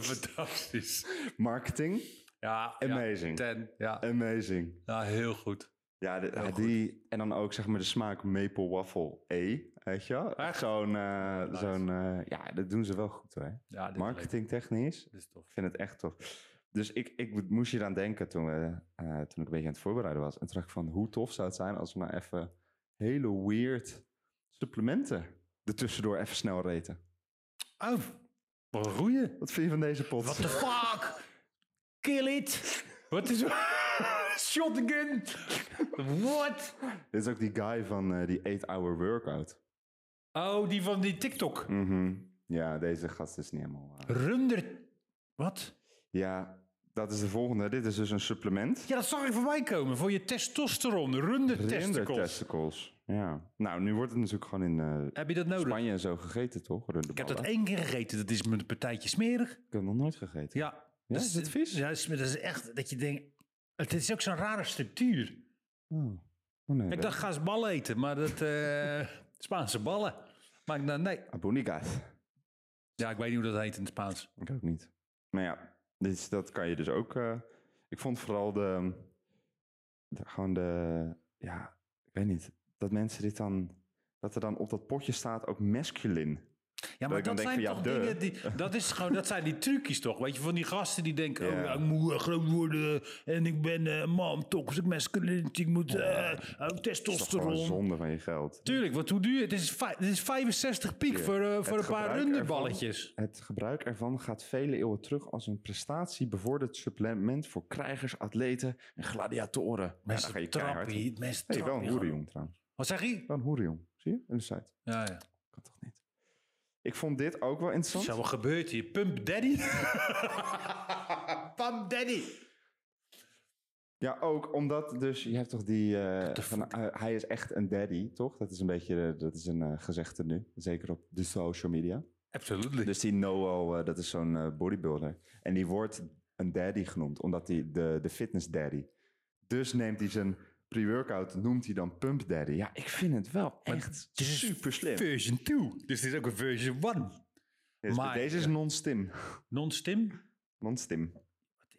Speaker 2: Fantastisch.
Speaker 1: Marketing.
Speaker 2: Ja. ja,
Speaker 1: Amazing.
Speaker 2: Ten. Ja.
Speaker 1: Amazing.
Speaker 2: ja, heel goed.
Speaker 1: Ja, de-
Speaker 2: Heel
Speaker 1: ja,
Speaker 2: goed.
Speaker 1: die. En dan ook zeg maar de smaak maple waffle E. Weet je wel?
Speaker 2: Echt?
Speaker 1: Zo'n. eh,
Speaker 2: Nice.
Speaker 1: zo'n, eh, ja, dat doen ze wel goed hoor.
Speaker 2: Ja, dit is leuk.
Speaker 1: Marketingtechnisch.
Speaker 2: Dit is tof.
Speaker 1: Ik vind het echt tof. Dus ik, ik moest hier aan denken toen, we, eh, toen ik een beetje aan het voorbereiden was. En toen dacht ik van, hoe tof zou het zijn als we nou even hele weird supplementen ertussendoor even snel reten.
Speaker 2: Oh, wat roeien.
Speaker 1: Wat vind je van deze pot?
Speaker 2: What the fuck? Kill it. Wat is... [laughs] Shotgun. What?
Speaker 1: Dit is ook die guy van eh, die 8-hour workout.
Speaker 2: Oh, die van die TikTok.
Speaker 1: Mhm. Ja, deze gast is niet helemaal... eh,
Speaker 2: Runder... Wat?
Speaker 1: Ja, dat is de volgende. Dit is dus een supplement.
Speaker 2: Ja, dat zag ik voorbij komen. Voor je testosteron. Runder testicles.
Speaker 1: Testicles. Ja. Nou, nu wordt het natuurlijk gewoon in eh,
Speaker 2: Heb je dat nodig?
Speaker 1: Spanje en zo gegeten, toch?
Speaker 2: Ik heb dat één keer gegeten. Dat is me een partijtje smerig.
Speaker 1: Ik heb nog nooit gegeten.
Speaker 2: Ja. dus
Speaker 1: Ja, is het vis?
Speaker 2: Ja, dat is, dat is echt dat je denkt... Het is ook zo'n rare structuur.
Speaker 1: Oh. Oh, nee.
Speaker 2: Ik dacht, ga eens ballen eten. Maar dat... eh, [laughs] Spaanse ballen. Maar ik dacht, nee.
Speaker 1: Abonigas.
Speaker 2: Ja, ik weet niet hoe dat heet in het
Speaker 1: [laughs]
Speaker 2: Spaans.
Speaker 1: Ik ook niet. Maar ja, dit is- dat kan je dus ook... eh, ik vond vooral de, de- Gewoon de... Ja, ik weet niet. Dat mensen dit dan... Dat er dan op dat potje staat ook masculine.
Speaker 2: Ja,
Speaker 1: Dat
Speaker 2: maar
Speaker 1: ik dan
Speaker 2: dat,
Speaker 1: denk
Speaker 2: zijn
Speaker 1: van, ja,
Speaker 2: toch
Speaker 1: duh.
Speaker 2: dingen die... Dat, is gewoon, dat zijn die trucjes toch? Weet je, van die gasten die denken...
Speaker 1: Ja.
Speaker 2: Oh, ja, ik moet eh, groot worden en ik ben eh, man, toxic masculinity. Ik moet eh, ook
Speaker 1: Dat is toch gewoon
Speaker 2: testosteron.
Speaker 1: zonde van je geld.
Speaker 2: Tuurlijk, want hoe duur... Het is, vij- het is 65 piek
Speaker 1: Ja.
Speaker 2: voor, eh,
Speaker 1: Het
Speaker 2: voor een paar
Speaker 1: gebruik
Speaker 2: runderballetjes.
Speaker 1: Het gebruik ervan gaat vele eeuwen terug als een prestatiebevorderd supplement voor krijgers, atleten en gladiatoren. Ja, dan ga je
Speaker 2: Mensen
Speaker 1: keihard.
Speaker 2: trappen
Speaker 1: Hey,
Speaker 2: hier. Mensen
Speaker 1: wel
Speaker 2: trappen
Speaker 1: een
Speaker 2: hier gewoon.
Speaker 1: hoerjong trouwens.
Speaker 2: Wat zeg je?
Speaker 1: Wel een hoerjong. Zie je? In de site.
Speaker 2: Ja, ja.
Speaker 1: Kan toch niet. Ik vond dit ook wel interessant.
Speaker 2: Zo, wat gebeurt hier? Pump daddy? [laughs] Pump daddy.
Speaker 1: Ja, ook omdat dus, je hebt toch die, eh,
Speaker 2: the
Speaker 1: van, eh, hij is echt een daddy, toch? Dat is een beetje, eh, dat is een eh, gezegde nu. Zeker op de social media.
Speaker 2: Absoluut.
Speaker 1: Dus die Noel, eh, dat is zo'n eh, bodybuilder. En die wordt een daddy genoemd, omdat hij de, de fitness daddy. Dus neemt hij zijn pre-workout, noemt hij dan pump daddy. Ja, ik vind het wel echt
Speaker 2: dit is
Speaker 1: super slim.
Speaker 2: Version 2. Dus dit is ook een version 1. maar-
Speaker 1: deze is non-stim.
Speaker 2: Non-stim?
Speaker 1: Non-stim.
Speaker 2: Wat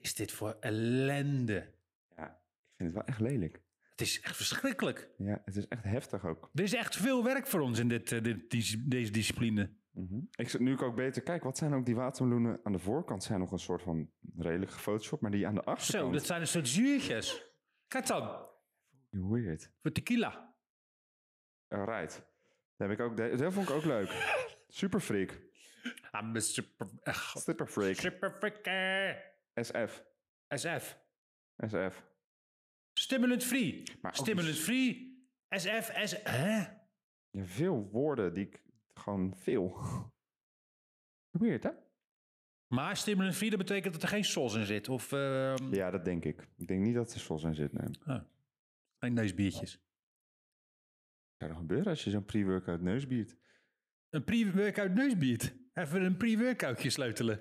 Speaker 2: is dit voor ellende?
Speaker 1: Ja, ik vind het wel echt lelijk.
Speaker 2: Het is echt verschrikkelijk.
Speaker 1: Ja, het is echt heftig ook.
Speaker 2: Er is echt veel werk voor ons in dit, eh, dit, dis- deze discipline.
Speaker 1: Mhm. Ik zit nu ook beter. Kijk, wat zijn ook die watermeloenen aan de voorkant? Zijn nog een soort van redelijk gefotoshopt, maar die aan de
Speaker 2: Zo,
Speaker 1: achterkant.
Speaker 2: dat zijn een soort zuurtjes. Kijk dan,
Speaker 1: Weird.
Speaker 2: voor tequila.
Speaker 1: Alright. Dat, heb ik ook, dat vond ik ook
Speaker 2: [laughs]
Speaker 1: leuk. Super freak.
Speaker 2: I'm a super... Echt,
Speaker 1: Slipper freak.
Speaker 2: super freaker.
Speaker 1: SF.
Speaker 2: SF.
Speaker 1: SF.
Speaker 2: Stimulant free.
Speaker 1: Maar ook
Speaker 2: Stimulant
Speaker 1: dus-
Speaker 2: free. SF, S... Hè?
Speaker 1: Ja, veel woorden die ik gewoon veel. Weird, hè?
Speaker 2: Maar stimulant free, dat betekent dat er geen sos in zit. Of ehm
Speaker 1: Ja, dat denk ik. Ik denk niet dat er zols in zit. Nee.
Speaker 2: geen neusbiertjes.
Speaker 1: Zou er gebeuren als je zo'n pre-workout neus biedt?
Speaker 2: Een pre-workout neusbier. Even een pre-workoutje sleutelen.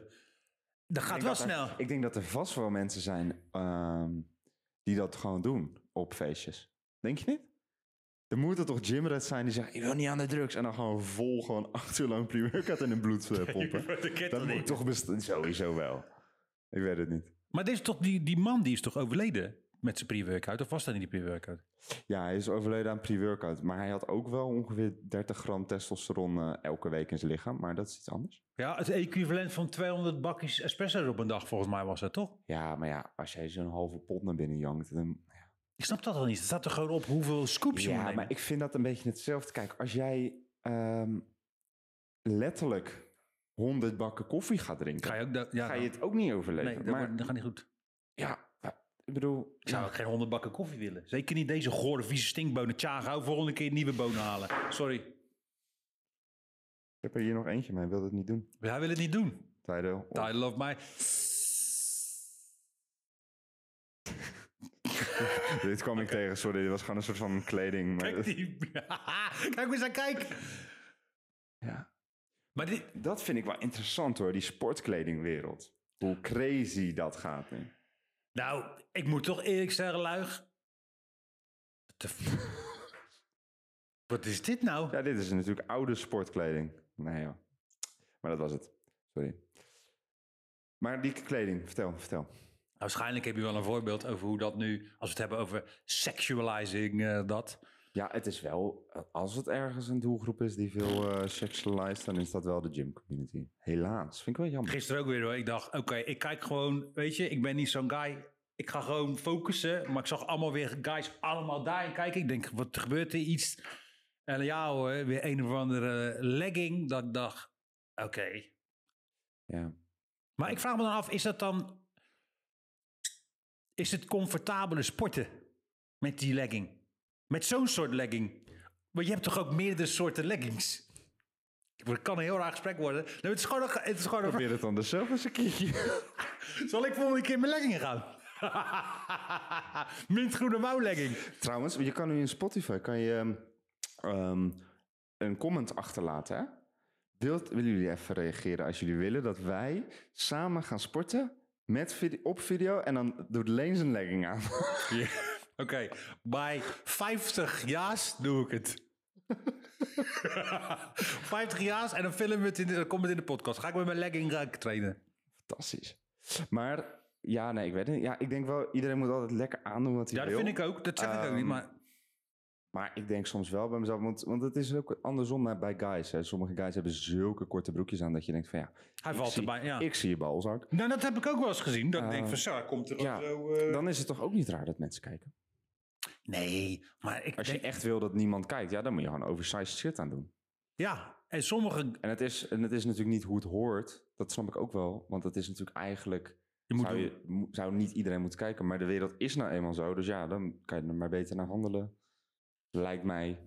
Speaker 2: Dat gaat
Speaker 1: Ik
Speaker 2: wel
Speaker 1: denk dat er-
Speaker 2: snel.
Speaker 1: ik denk dat er vast wel mensen zijn ehm, die dat gewoon doen op feestjes. Denk je niet? Er moeten toch gymrats zijn die zeggen, je wil niet aan de drugs. En dan gewoon vol, gewoon [laughs] acht uur lang pre-workout in hun bloed
Speaker 2: [laughs]
Speaker 1: eh, pompen.
Speaker 2: Ik ken
Speaker 1: Dat moet toch best... Sowieso wel. Ik weet het niet.
Speaker 2: Maar dit is toch die, die man die is toch overleden met zijn pre-workout? Of was dat niet die pre-workout?
Speaker 1: Ja, hij is overleden aan pre-workout. Maar hij had ook wel ongeveer 30 gram testosteron eh, elke week in zijn lichaam. Maar dat is iets anders.
Speaker 2: Ja, het equivalent van 200 bakjes espresso op een dag, volgens mij was dat toch?
Speaker 1: Ja, maar ja, als jij zo'n halve pot naar binnen jankt... Dan...
Speaker 2: Ik snap dat al niet. Het staat er gewoon op hoeveel scoops je moet
Speaker 1: Ja,
Speaker 2: nemen.
Speaker 1: maar ik vind dat een beetje hetzelfde. Kijk, als jij ehm, letterlijk 100 bakken koffie gaat drinken...
Speaker 2: Ga
Speaker 1: Ga
Speaker 2: je, ook dat- ja,
Speaker 1: je het ook niet overleven.
Speaker 2: Nee, dat,
Speaker 1: maar
Speaker 2: wordt- dat gaat niet goed.
Speaker 1: ja, ja, ik bedoel...
Speaker 2: Ik zou
Speaker 1: ja,
Speaker 2: ook geen 100 bakken koffie willen. Zeker niet deze gore, vieze stinkbonen. Tja, ga volgende keer nieuwe bonen halen. Sorry.
Speaker 1: ik heb er hier nog eentje, maar hij wil dat niet doen.
Speaker 2: Hij wil het niet doen.
Speaker 1: Tidal. of-
Speaker 2: I love my...
Speaker 1: Oh, dit kwam ik tegen, sorry. Dit was gewoon een soort van kleding. Maar
Speaker 2: [laughs] Kijk die... kijk eens aan, kijk.
Speaker 1: Ja.
Speaker 2: Maar dit...
Speaker 1: Dat vind ik wel interessant hoor, die sportkledingwereld. Hoe crazy dat gaat nu.
Speaker 2: Nou, ik moet toch eerlijk zeggen, luig. What the f- Wat is dit nou?
Speaker 1: Ja, dit is natuurlijk oude sportkleding. Nee joh. Maar dat was het. Sorry. Maar die kleding, vertel, vertel.
Speaker 2: Waarschijnlijk heb je wel een voorbeeld over hoe dat nu, als we het hebben over sexualizing, eh, dat.
Speaker 1: Ja, het is wel, als het ergens een doelgroep is die veel eh sexualized, dan is dat wel de gym community. Helaas, vind ik wel jammer.
Speaker 2: Gisteren ook weer hoor. Ik dacht, oké, ik kijk gewoon, weet je, ik ben niet zo'n guy. Ik ga gewoon focussen. Maar ik zag allemaal weer guys allemaal daarin kijken. Ik denk, wat gebeurt er iets? En ja hoor, weer een of andere legging. Dat ik dacht, oké.
Speaker 1: Ja.
Speaker 2: Maar ik vraag me dan af, is dat dan... Is het comfortabele sporten met die legging? Met zo'n soort legging? Want je hebt toch ook meerdere soorten leggings? Het kan een heel raar gesprek worden. Nee, het is gewoon een, het is gewoon een
Speaker 1: Probeer het anders zelf eens een keertje.
Speaker 2: Zal ik volgende keer mijn leggingen gaan? [laughs] Mintgroene mouwlegging.
Speaker 1: [laughs] Trouwens, je kan nu in Spotify kan je, ehm, ehm, een comment achterlaten. Hè? Wilt, willen jullie even reageren als jullie willen dat wij samen gaan sporten met vide- op video en dan doet Leen zijn legging aan. [laughs]
Speaker 2: Ja. Oké, bij 50 jaars doe ik het. [laughs] 50 jaars en dan, filmen we het in de, dan komt het in de podcast. Ga ik met mijn legging eh, trainen.
Speaker 1: Fantastisch. Maar ja, nee, ik weet het niet. Ja, ik denk wel, iedereen moet altijd lekker aandoen wat hij
Speaker 2: Ja, dat
Speaker 1: wil.
Speaker 2: vind ik ook. Dat zeg ik ook niet,
Speaker 1: Ehm,
Speaker 2: maar...
Speaker 1: Maar ik denk soms wel bij mezelf, want, want het is ook andersom hè, bij guys. Hè. Sommige guys hebben zulke korte broekjes aan dat je denkt van ja,
Speaker 2: Hij
Speaker 1: ik
Speaker 2: valt
Speaker 1: zie-
Speaker 2: erbij, ja.
Speaker 1: ik zie je balzak.
Speaker 2: Nou, dat heb ik ook wel eens gezien. Dat ik denk
Speaker 1: Eh,
Speaker 2: van, zo, komt er
Speaker 1: ja,
Speaker 2: ook zo... eh.
Speaker 1: Dan is het toch ook niet raar dat mensen kijken.
Speaker 2: Nee, maar ik
Speaker 1: Als je
Speaker 2: denk...
Speaker 1: echt wil dat niemand kijkt, ja, dan moet je gewoon oversized shit aan doen.
Speaker 2: Ja, en sommige...
Speaker 1: En het is, en het is natuurlijk niet hoe het hoort. Dat snap ik ook wel. Want dat is natuurlijk eigenlijk.
Speaker 2: Je moet
Speaker 1: zou, je, mo- zou niet iedereen moeten kijken. Maar de wereld is nou eenmaal zo. Dus ja, dan kan je er maar beter naar handelen. Lijkt mij.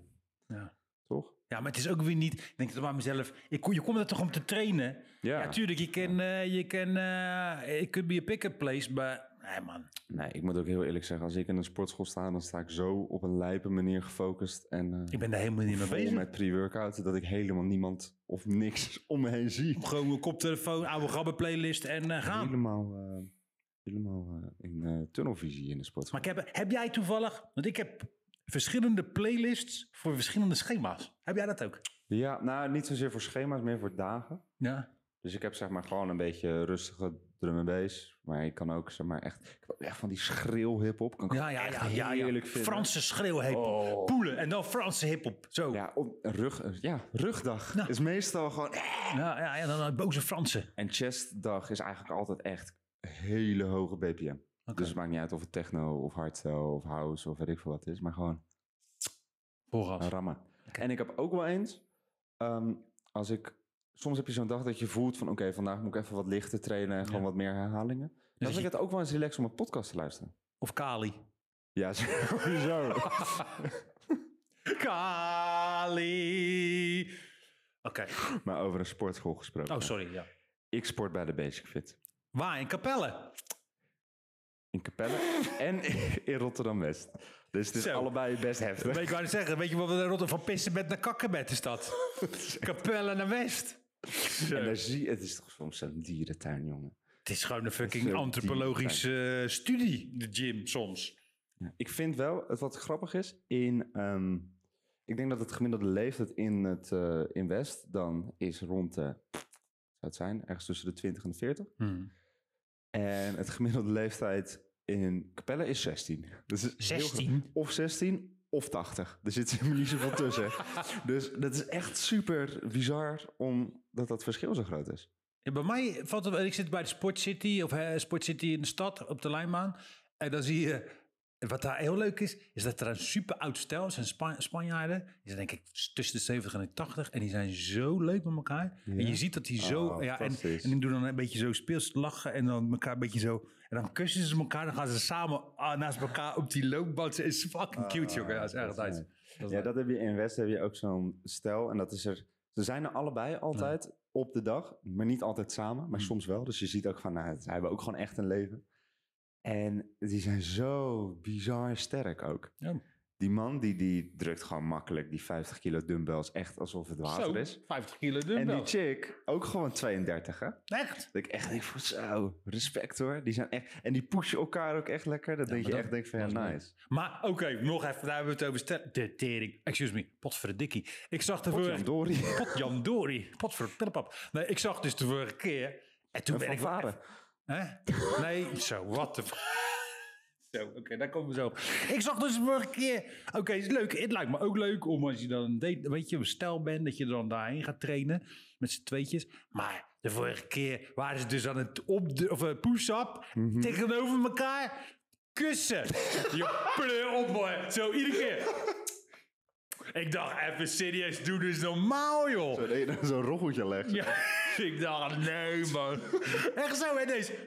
Speaker 2: Ja.
Speaker 1: Toch?
Speaker 2: Ja, maar het is ook weer niet... Ik denk dat bij mezelf... Ik, je komt er toch om te trainen?
Speaker 1: Ja.
Speaker 2: Ja, tuurlijk. Je kan... eh, je kan eh it could be a pick-up place, maar... Nee, man.
Speaker 1: nee, ik moet ook heel eerlijk zeggen. Als ik in een sportschool sta, dan sta ik zo op een lijpe manier gefocust. En eh,
Speaker 2: Ik ben daar helemaal niet mee
Speaker 1: vol
Speaker 2: bezig.
Speaker 1: met pre-workout. Dat ik helemaal niemand of niks [laughs] om me heen zie.
Speaker 2: Gewoon een koptelefoon, oude grabben playlist en eh, gaan.
Speaker 1: Helemaal, eh, helemaal eh, in eh, tunnelvisie in de sportschool.
Speaker 2: Maar ik heb, heb jij toevallig... Want ik heb verschillende playlists voor verschillende schema's. Heb jij dat ook?
Speaker 1: Ja, nou niet zozeer voor schema's, meer voor dagen.
Speaker 2: Ja.
Speaker 1: Dus ik heb zeg maar gewoon een beetje rustige drum en bass. Maar ik kan ook zeg maar echt, ik heb ook echt van die schreeuw hip-hop. Kan ik
Speaker 2: Ja, ja,
Speaker 1: echt
Speaker 2: ja. ja, ja.
Speaker 1: heerlijk vinden.
Speaker 2: Franse schreeuwhip-hop.
Speaker 1: Oh.
Speaker 2: Poelen en dan Franse hip-hop. Zo. Ja,
Speaker 1: Ja, op, rug, ja, rugdag
Speaker 2: Nou.
Speaker 1: is meestal gewoon...
Speaker 2: ja, ja, en dan eh, boze Fransen.
Speaker 1: En chestdag is eigenlijk altijd echt hele hoge BPM. Dus het maakt niet uit of het techno of hardstyle of house of weet ik veel wat is. Maar gewoon
Speaker 2: Vooraf.
Speaker 1: rammen.
Speaker 2: Oké.
Speaker 1: En ik heb ook wel eens, ehm, als ik, soms heb je zo'n dag dat je voelt van, oké, vandaag moet ik even wat lichter trainen en gewoon
Speaker 2: Ja. Dus
Speaker 1: wat meer herhalingen. Dan vind
Speaker 2: je-
Speaker 1: ik het ook wel eens relaxed om een podcast te luisteren.
Speaker 2: Of Kali. [laughs]
Speaker 1: Ja, sowieso.
Speaker 2: Kali. Oké.
Speaker 1: [laughs] maar over een sportschool gesproken.
Speaker 2: Oh, sorry. Ja.
Speaker 1: Ik sport bij de Basic Fit.
Speaker 2: Waar? In Capelle.
Speaker 1: In Capelle en [laughs] in Rotterdam-West. Dus het is
Speaker 2: Zo.
Speaker 1: allebei best heftig.
Speaker 2: [laughs] Weet je wat ik zeggen? Weet je wat we in Rotterdam van pissen met naar kakken met is
Speaker 1: [laughs]
Speaker 2: dat? Capelle naar West.
Speaker 1: En daar zie je, het is toch soms zo'n dierentuin, jongen.
Speaker 2: Het is gewoon een fucking
Speaker 1: Zo diep,
Speaker 2: antropologische eh, studie, de gym soms.
Speaker 1: Ja, Ik vind wel, het wat grappig is, in, ehm, ik denk dat het gemiddelde leeftijd in, het, eh, in West dan is rond de, zou het zijn, ergens tussen de 20 en de 40.
Speaker 2: Hmm.
Speaker 1: En het gemiddelde leeftijd in Capelle is 16. Dus het is heel gra-
Speaker 2: 16?
Speaker 1: of 16 of 80. Er zit [laughs] helemaal niet zoveel tussen. Dus dat is echt super bizar omdat dat verschil zo groot is.
Speaker 2: Ja, bij mij valt het, ik zit bij de Sport City of hè, Sport City in de stad op de Lijnbaan. En dan zie je, wat daar heel leuk is, is dat er een super oud stel is, een Spa- Spanjaarden. Die zijn denk ik tussen de 70 en de 80 en die zijn zo leuk met elkaar. En je ziet dat die zo,
Speaker 1: Oh,
Speaker 2: ja, en,
Speaker 1: fantastisch.
Speaker 2: en die doen dan een beetje zo speels lachen en dan elkaar een beetje zo. En dan kussen ze elkaar, dan gaan ze samen ah, naast elkaar op die loopband. Het is fucking cute, jongen. Ja, dat is
Speaker 1: Ah, dat
Speaker 2: erg
Speaker 1: is
Speaker 2: nice.
Speaker 1: nice.
Speaker 2: Dat
Speaker 1: Ja,
Speaker 2: is nice.
Speaker 1: dat heb je in West heb je ook zo'n stijl. En dat is er. Ze zijn er allebei altijd op de dag, maar niet altijd samen, maar
Speaker 2: Mm.
Speaker 1: soms wel. Dus je ziet ook van, nou, ze hebben ook gewoon echt een leven. En die zijn zo bizar sterk ook.
Speaker 2: Ja.
Speaker 1: Die man die, die drukt gewoon makkelijk die 50 kilo dumbbells echt alsof het water
Speaker 2: Zo,
Speaker 1: is.
Speaker 2: 50 kilo
Speaker 1: En die
Speaker 2: dumbbell.
Speaker 1: chick, ook gewoon 32 hè.
Speaker 2: Echt?
Speaker 1: Dat ik echt denk van zo, respect hoor. Die zijn echt, en die pushen elkaar ook echt lekker. Dat
Speaker 2: Ja,
Speaker 1: denk je
Speaker 2: maar dat-
Speaker 1: echt, denk van ja,
Speaker 2: dat is mooi.
Speaker 1: nice.
Speaker 2: [laughs] Maar oké, nog even, daar hebben we het over. stel- De tering, excuse me, potverdikkie. Ik zag de vorige...
Speaker 1: Potjandori.
Speaker 2: Potjandori, potverdikkie. Nee, ik zag dus de vorige keer. En toen
Speaker 1: Een
Speaker 2: ben ik...
Speaker 1: fanfare.
Speaker 2: Hè? Nee, [laughs] zo, wat de... [laughs] Zo, oké, daar komen we zo op. Ik zag dus de vorige keer... Oké, is leuk. Het lijkt me ook leuk om als je dan een date, weet je, een stel bent... dat je dan daarheen gaat trainen met z'n tweetjes. Maar de vorige keer waren ze dus aan het op de, of, eh, push-up tegenover elkaar... [laughs] Kussen. Je pleur op, hoor. Zo, iedere keer. Ik dacht, even serieus, doe dus normaal, joh.
Speaker 1: Zo, dat je dan Zo'n roggeltje legt.
Speaker 2: Ja, [laughs] ik dacht, nee man. [laughs] Echt zo, hè, deze.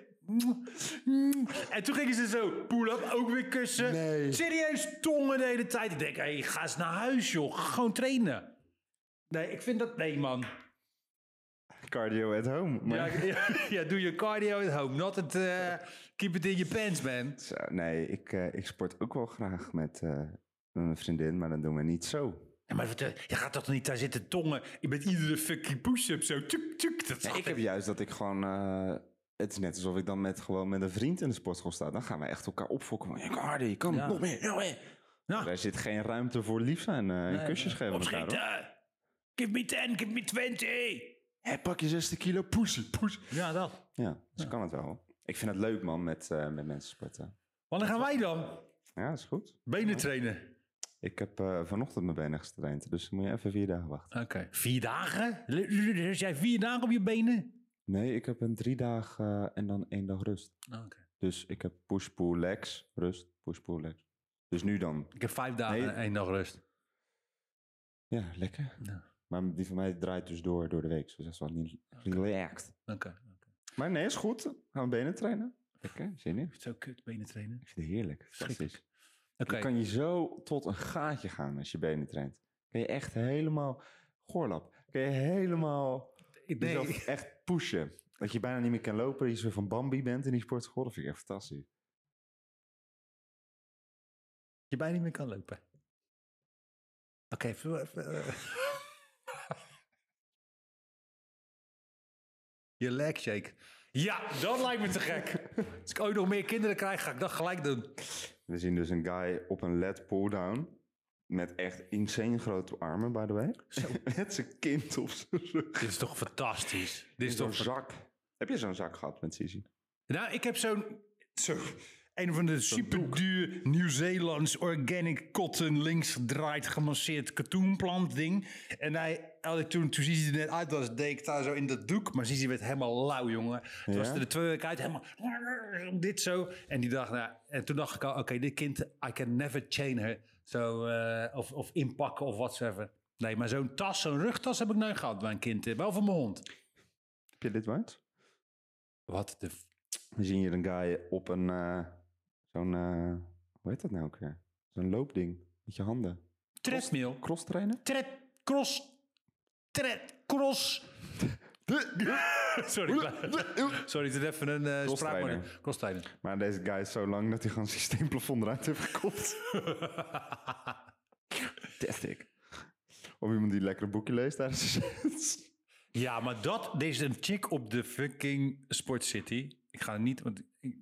Speaker 2: En toen gingen ze zo, pull-up, ook weer kussen.
Speaker 1: Nee.
Speaker 2: Serieus, tongen de hele tijd. Ik denk, hé, ga eens naar huis, joh. Ga Gewoon trainen. Nee, ik vind dat... Nee, man.
Speaker 1: Cardio at home. Maar...
Speaker 2: Ja, ja, [laughs] ja, doe je cardio at home. Not it, eh, keep it in your pants, man.
Speaker 1: Zo, nee, ik, eh, ik sport ook wel graag met, eh, met mijn vriendin, maar dan doen we niet zo.
Speaker 2: Ja, maar wat, eh, je gaat toch niet daar zitten tongen met iedere fucking push-up zo. Tuk, tuk, dat
Speaker 1: ik heb juist dat ik gewoon... eh, het is net alsof ik dan met, gewoon met een vriend in de sportschool sta. Dan gaan we echt elkaar opfokken. van, Je kan harder, je kan
Speaker 2: Ja.
Speaker 1: nog meer, nog meer.
Speaker 2: Ja.
Speaker 1: Daar zit geen ruimte voor lief zijn eh, en kusjes geven. elkaar, hoor.
Speaker 2: Give me 10, give me 20.
Speaker 1: Hé, pak je 60 kilo, poesie, poes.
Speaker 2: Ja, dat.
Speaker 1: Ja, dus kan het wel. Ik vind het leuk, man, met, eh, met mensen sporten.
Speaker 2: Wanneer gaan wij dan?
Speaker 1: Ja, is goed.
Speaker 2: Benen trainen.
Speaker 1: Ik heb eh, vanochtend mijn benen gestraind, dus dan moet je even vier dagen wachten.
Speaker 2: Oké. Vier dagen? Dus jij vier dagen op je benen?
Speaker 1: Nee, ik heb een drie dagen eh, en dan één dag rust.
Speaker 2: Oké.
Speaker 1: Dus ik heb push, pull, legs, rust, push, pull, legs. Dus nu dan.
Speaker 2: Ik heb vijf dagen
Speaker 1: Nee.
Speaker 2: en één dag rust.
Speaker 1: Ja, lekker.
Speaker 2: Ja.
Speaker 1: Maar die van mij draait dus door, door de week, dus dat is wel niet relaxed.
Speaker 2: Oké.
Speaker 1: Maar nee, is goed. Gaan we benen trainen? Lekker, zin in.
Speaker 2: Zo kut, benen trainen.
Speaker 1: Ik vind het heerlijk. Fantastisch.
Speaker 2: Oké.
Speaker 1: Dan kan je zo tot een gaatje gaan als je benen traint. Kan je echt helemaal goorlap. Kan je helemaal jezelf
Speaker 2: Nee.
Speaker 1: echt pushen. Dat je bijna niet meer kan lopen. Dat je zo van Bambi bent in die sportschool. Dat vind ik echt fantastisch.
Speaker 2: Je bijna niet meer kan lopen. Oké, even- even, eh. [laughs] Je leg shake. Ja, dat lijkt me te gek. Als ik ooit nog meer kinderen krijg, ga ik dat gelijk doen.
Speaker 1: We zien dus een guy op een led pull-down. Met echt insane grote armen, by the way. [laughs] met zijn kind op zijn rug.
Speaker 2: Dit is toch fantastisch. Dit is
Speaker 1: Zo'n
Speaker 2: toch
Speaker 1: zak. Heb je zo'n zak gehad met Sisi?
Speaker 2: Nou, ik heb zo'n. Zo, een van de superduur Nieuw-Zeelands organic cotton links gedraaid gemasseerd katoenplant ding. En hij had ik toen, toen Zizi er net uit was, deed ik daar zo in dat doek. Maar Zizi werd helemaal lauw, jongen. Toen
Speaker 1: Ja?
Speaker 2: was er de twee weken uit, helemaal dit zo. En die dacht, nou, en toen dacht ik al, oké, dit kind, I can never chain her. Zo, eh, of, of inpakken of whatsoever. Nee, maar zo'n tas, zo'n rugtas heb ik nooit gehad bij een kind. eh, Wel van mijn hond.
Speaker 1: Heb je dit waard?
Speaker 2: Wat de... f-
Speaker 1: We zien hier een guy op een. eh, zo'n. eh, hoe heet dat nou ook weer? Zo'n loopding. Met je handen.
Speaker 2: Treadmill.
Speaker 1: Cross trainen?
Speaker 2: Tred, cross. Tred, cross. [laughs] Sorry, ik- sorry, het is even een eh
Speaker 1: Crosstrainer.
Speaker 2: spraakmaker. Crosstrainer.
Speaker 1: [laughs] Maar deze guy is zo lang dat hij gewoon zijn systeemplafond eruit heeft [laughs] gekopt. Test ik. Of iemand die lekker een boekje leest tijdens de sets.
Speaker 2: Ja, maar dat, deze een chick op de fucking Sport City. Ik ga niet, want ik,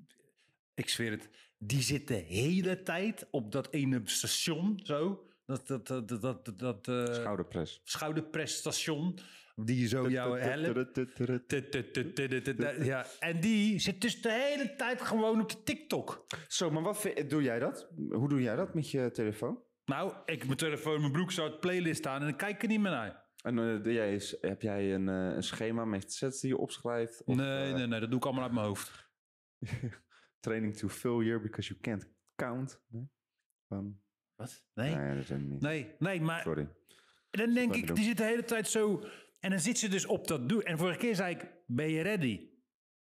Speaker 2: ik zweer het. Die zit de hele tijd op dat ene station, zo. Dat, dat, dat, dat, dat, dat eh,
Speaker 1: Schouderpres.
Speaker 2: schouderpressstation. Die zo
Speaker 1: Oh,
Speaker 2: jou helpt. Tut, tut, tut, tut, tut, tut, Ja, en die zit dus de hele tijd gewoon op de TikTok.
Speaker 1: Zo, maar wat vind- doe jij dat? Hoe doe jij dat met je telefoon?
Speaker 2: Nou, ik mijn telefoon, in mijn broek zou het playlist aan en dan kijk ik er niet meer naar.
Speaker 1: En eh, doe jij eens- heb jij een, eh, een schema met sets die je opschrijft? Of,
Speaker 2: nee,
Speaker 1: eh,
Speaker 2: nee, nee, dat doe ik allemaal uit mijn hoofd.
Speaker 1: Training to failure because you can't count. Nee? Van,
Speaker 2: Wat? Nee,
Speaker 1: nou ja, dat is helemaal niet.
Speaker 2: nee, nee, maar
Speaker 1: Sorry.
Speaker 2: dan denk
Speaker 1: wat ik
Speaker 2: ik,
Speaker 1: doe.
Speaker 2: die zit de hele tijd zo. En dan zit ze dus op dat doel. En vorige keer zei ik, ben je ready?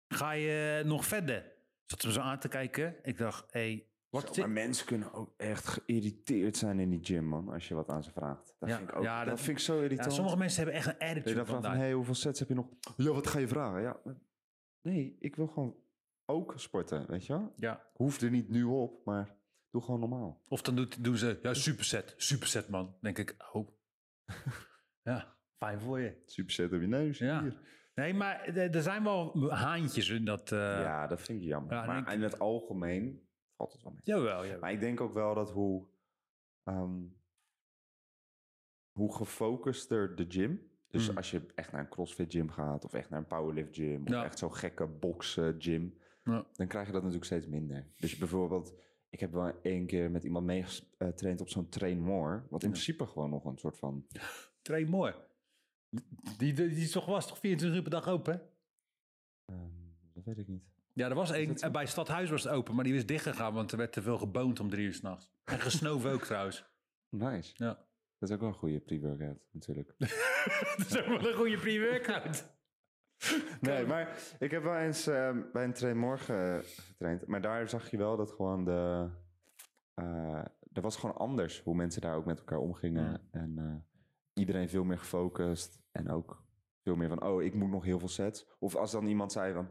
Speaker 2: Ga je nog verder? Zat ze me zo aan te kijken. Ik dacht, hé, hey, wat
Speaker 1: Zo,
Speaker 2: zit...
Speaker 1: maar mensen kunnen ook echt geïrriteerd zijn in die gym, man. Als je wat aan ze vraagt. Dat
Speaker 2: Ja,
Speaker 1: vind ik ook.
Speaker 2: ja,
Speaker 1: dat,
Speaker 2: dat-
Speaker 1: vind ik zo
Speaker 2: Ja,
Speaker 1: irritant.
Speaker 2: sommige mensen hebben echt een
Speaker 1: Die
Speaker 2: attitude
Speaker 1: dan
Speaker 2: van
Speaker 1: vragen van,
Speaker 2: daar.
Speaker 1: hey, hoeveel sets heb je nog? Ja, wat ga je vragen? Ja, maar- nee, ik wil gewoon ook sporten, weet je wel?
Speaker 2: Ja.
Speaker 1: Hoeft er niet nu op, maar doe gewoon normaal.
Speaker 2: Of dan doet, doen ze, ja, superset, superset man. Denk ik, [laughs] oh. ja, fijn voor je.
Speaker 1: Superset op je neus.
Speaker 2: Ja.
Speaker 1: hier.
Speaker 2: Nee, maar eh, er er zijn wel haantjes in dat. eh,
Speaker 1: ja, dat vind ik jammer.
Speaker 2: Ja, en
Speaker 1: maar
Speaker 2: ik-
Speaker 1: in het algemeen valt het wel mee.
Speaker 2: Jawel, jawel.
Speaker 1: Maar ik denk ook wel dat hoe, ehm, hoe gefocuster de gym. Dus
Speaker 2: Mm.
Speaker 1: als je echt naar een CrossFit gym gaat, of echt naar een powerlift gym, of
Speaker 2: Ja.
Speaker 1: echt zo'n gekke boksen gym,
Speaker 2: Ja.
Speaker 1: dan krijg je dat natuurlijk steeds minder. Dus bijvoorbeeld, ik heb wel één keer met iemand meegetraind op zo'n train more, wat in
Speaker 2: Ja.
Speaker 1: principe gewoon nog een soort van
Speaker 2: Train mooi. Die, die, die is toch, was toch 24 uur per dag open?
Speaker 1: ehm, dat weet ik niet.
Speaker 2: Ja, er was één.
Speaker 1: dat zo?
Speaker 2: eh, Bij Stadhuis was het open, maar die is dichtgegaan, want er werd te veel geboond om drie uur s'nachts. En gesnoven ook [laughs] trouwens.
Speaker 1: Nice.
Speaker 2: Ja.
Speaker 1: Dat is ook wel een goede pre-workout, [laughs] natuurlijk.
Speaker 2: Dat is ook wel een goede pre-workout.
Speaker 1: Nee, maar ik heb wel eens eh, bij een train morgen eh, getraind. Maar daar zag je wel dat gewoon de... eh er was gewoon anders hoe mensen daar ook met elkaar omgingen. En eh, iedereen veel meer gefocust. En ook veel meer van, oh, ik moet nog heel veel sets. Of als dan iemand zei van,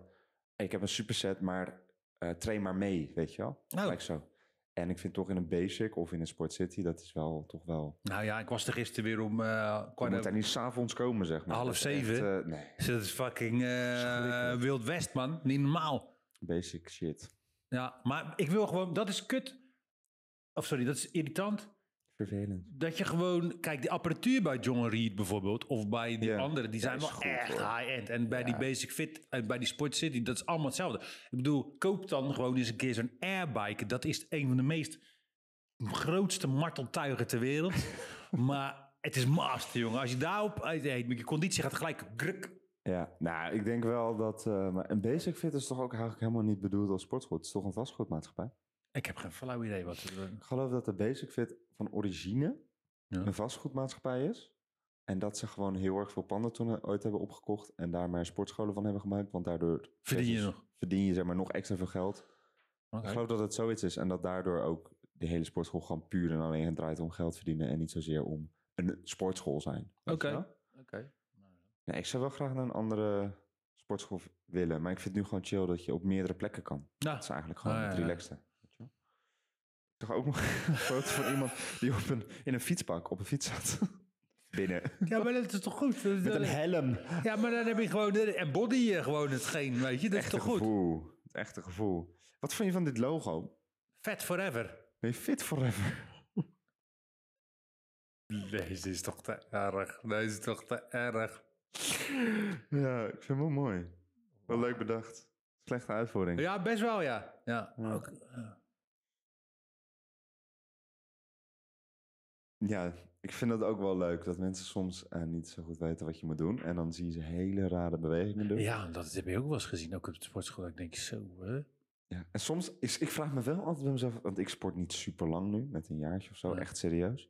Speaker 1: hey, ik heb een superset, maar eh, train maar mee, weet je wel.
Speaker 2: Oh.
Speaker 1: Gelijk zo. En ik vind toch in een basic of in een sport city, dat is wel toch wel...
Speaker 2: Nou ja, ik was er gisteren weer om eh
Speaker 1: Je
Speaker 2: kwart
Speaker 1: moet daar
Speaker 2: over...
Speaker 1: niet s'avonds komen, zeg maar.
Speaker 2: Half
Speaker 1: Dat is echt,
Speaker 2: zeven?
Speaker 1: eh, nee,
Speaker 2: Dat is fucking eh,
Speaker 1: Schrikkelijk.
Speaker 2: Wild West, man. Niet normaal.
Speaker 1: basic shit.
Speaker 2: Ja, maar ik wil gewoon... Dat is kut. Of sorry, dat is irritant.
Speaker 1: Vervelend.
Speaker 2: Dat je gewoon... Kijk, die apparatuur bij John Reed bijvoorbeeld... of bij die
Speaker 1: Ja,
Speaker 2: anderen, die
Speaker 1: dat
Speaker 2: zijn
Speaker 1: is
Speaker 2: wel
Speaker 1: goed,
Speaker 2: echt
Speaker 1: hoor.
Speaker 2: high-end. En bij die
Speaker 1: Ja.
Speaker 2: Basic Fit en bij die Sport City... dat is allemaal hetzelfde. Ik bedoel, koop dan gewoon eens een keer zo'n airbike. Dat is een van de meest grootste marteltuigen ter
Speaker 1: [laughs]
Speaker 2: wereld. maar het is master, jongen. Als je daarop... uit- Je conditie gaat gelijk... Gruk,
Speaker 1: Ja, nou, ik denk wel dat... eh, maar een basic fit is toch ook eigenlijk helemaal niet bedoeld als sportgoed? Het is toch een vastgoedmaatschappij?
Speaker 2: Ik heb geen flauw idee wat eh, ze doen.
Speaker 1: Ik geloof dat de basic fit van origine
Speaker 2: Ja.
Speaker 1: een vastgoedmaatschappij is. En dat ze gewoon heel erg veel panden toen ooit hebben opgekocht. En daar maar sportscholen van hebben gemaakt. Want daardoor
Speaker 2: Verdien je
Speaker 1: dus
Speaker 2: nog.
Speaker 1: verdien je zeg maar, nog extra veel geld.
Speaker 2: Oké.
Speaker 1: Ik geloof dat het zoiets is. En dat daardoor ook de hele sportschool gewoon puur en alleen draait om geld verdienen. En niet zozeer om een sportschool zijn. weet
Speaker 2: Oké.
Speaker 1: je wel? Nee, ik zou wel graag naar een andere sportschool v- willen. Maar ik vind het nu gewoon chill dat je op meerdere plekken kan.
Speaker 2: Nou,
Speaker 1: Dat is eigenlijk gewoon
Speaker 2: Ah,
Speaker 1: het
Speaker 2: ja, ja.
Speaker 1: relaxste. weet je wel. Ik zag ook nog [laughs] een foto van iemand die op een, in een fietspak op een fiets zat.
Speaker 2: [laughs]
Speaker 1: Binnen.
Speaker 2: Ja, maar dat is toch goed? Dat-
Speaker 1: Met
Speaker 2: dat-
Speaker 1: een helm.
Speaker 2: ja, maar dan heb je gewoon... de- En body je gewoon hetgeen, weet je? Dat is
Speaker 1: Echte
Speaker 2: toch goed?
Speaker 1: gevoel. Het echte gevoel. Wat vond je van dit logo?
Speaker 2: Fat forever.
Speaker 1: Nee, fit forever.
Speaker 2: Nee, dit is toch te erg. Nee, dit is toch te erg.
Speaker 1: ja, ik vind hem wel mooi. Wel leuk bedacht. Slechte uitvoering.
Speaker 2: Ja, best wel, ja. Ja,
Speaker 1: Ja.
Speaker 2: Ook, ja.
Speaker 1: Ja, ik vind dat ook wel leuk. Dat mensen soms eh, niet zo goed weten wat je moet doen. En dan zie je ze hele rare bewegingen doen.
Speaker 2: Ja, dat heb je ook wel eens gezien. Ook op de sportschool. Ik denk zo, hè?
Speaker 1: Ja, en soms, is, ik vraag me wel altijd bij mezelf, want ik sport niet super lang nu, met een jaartje of zo,
Speaker 2: Ja.
Speaker 1: echt serieus.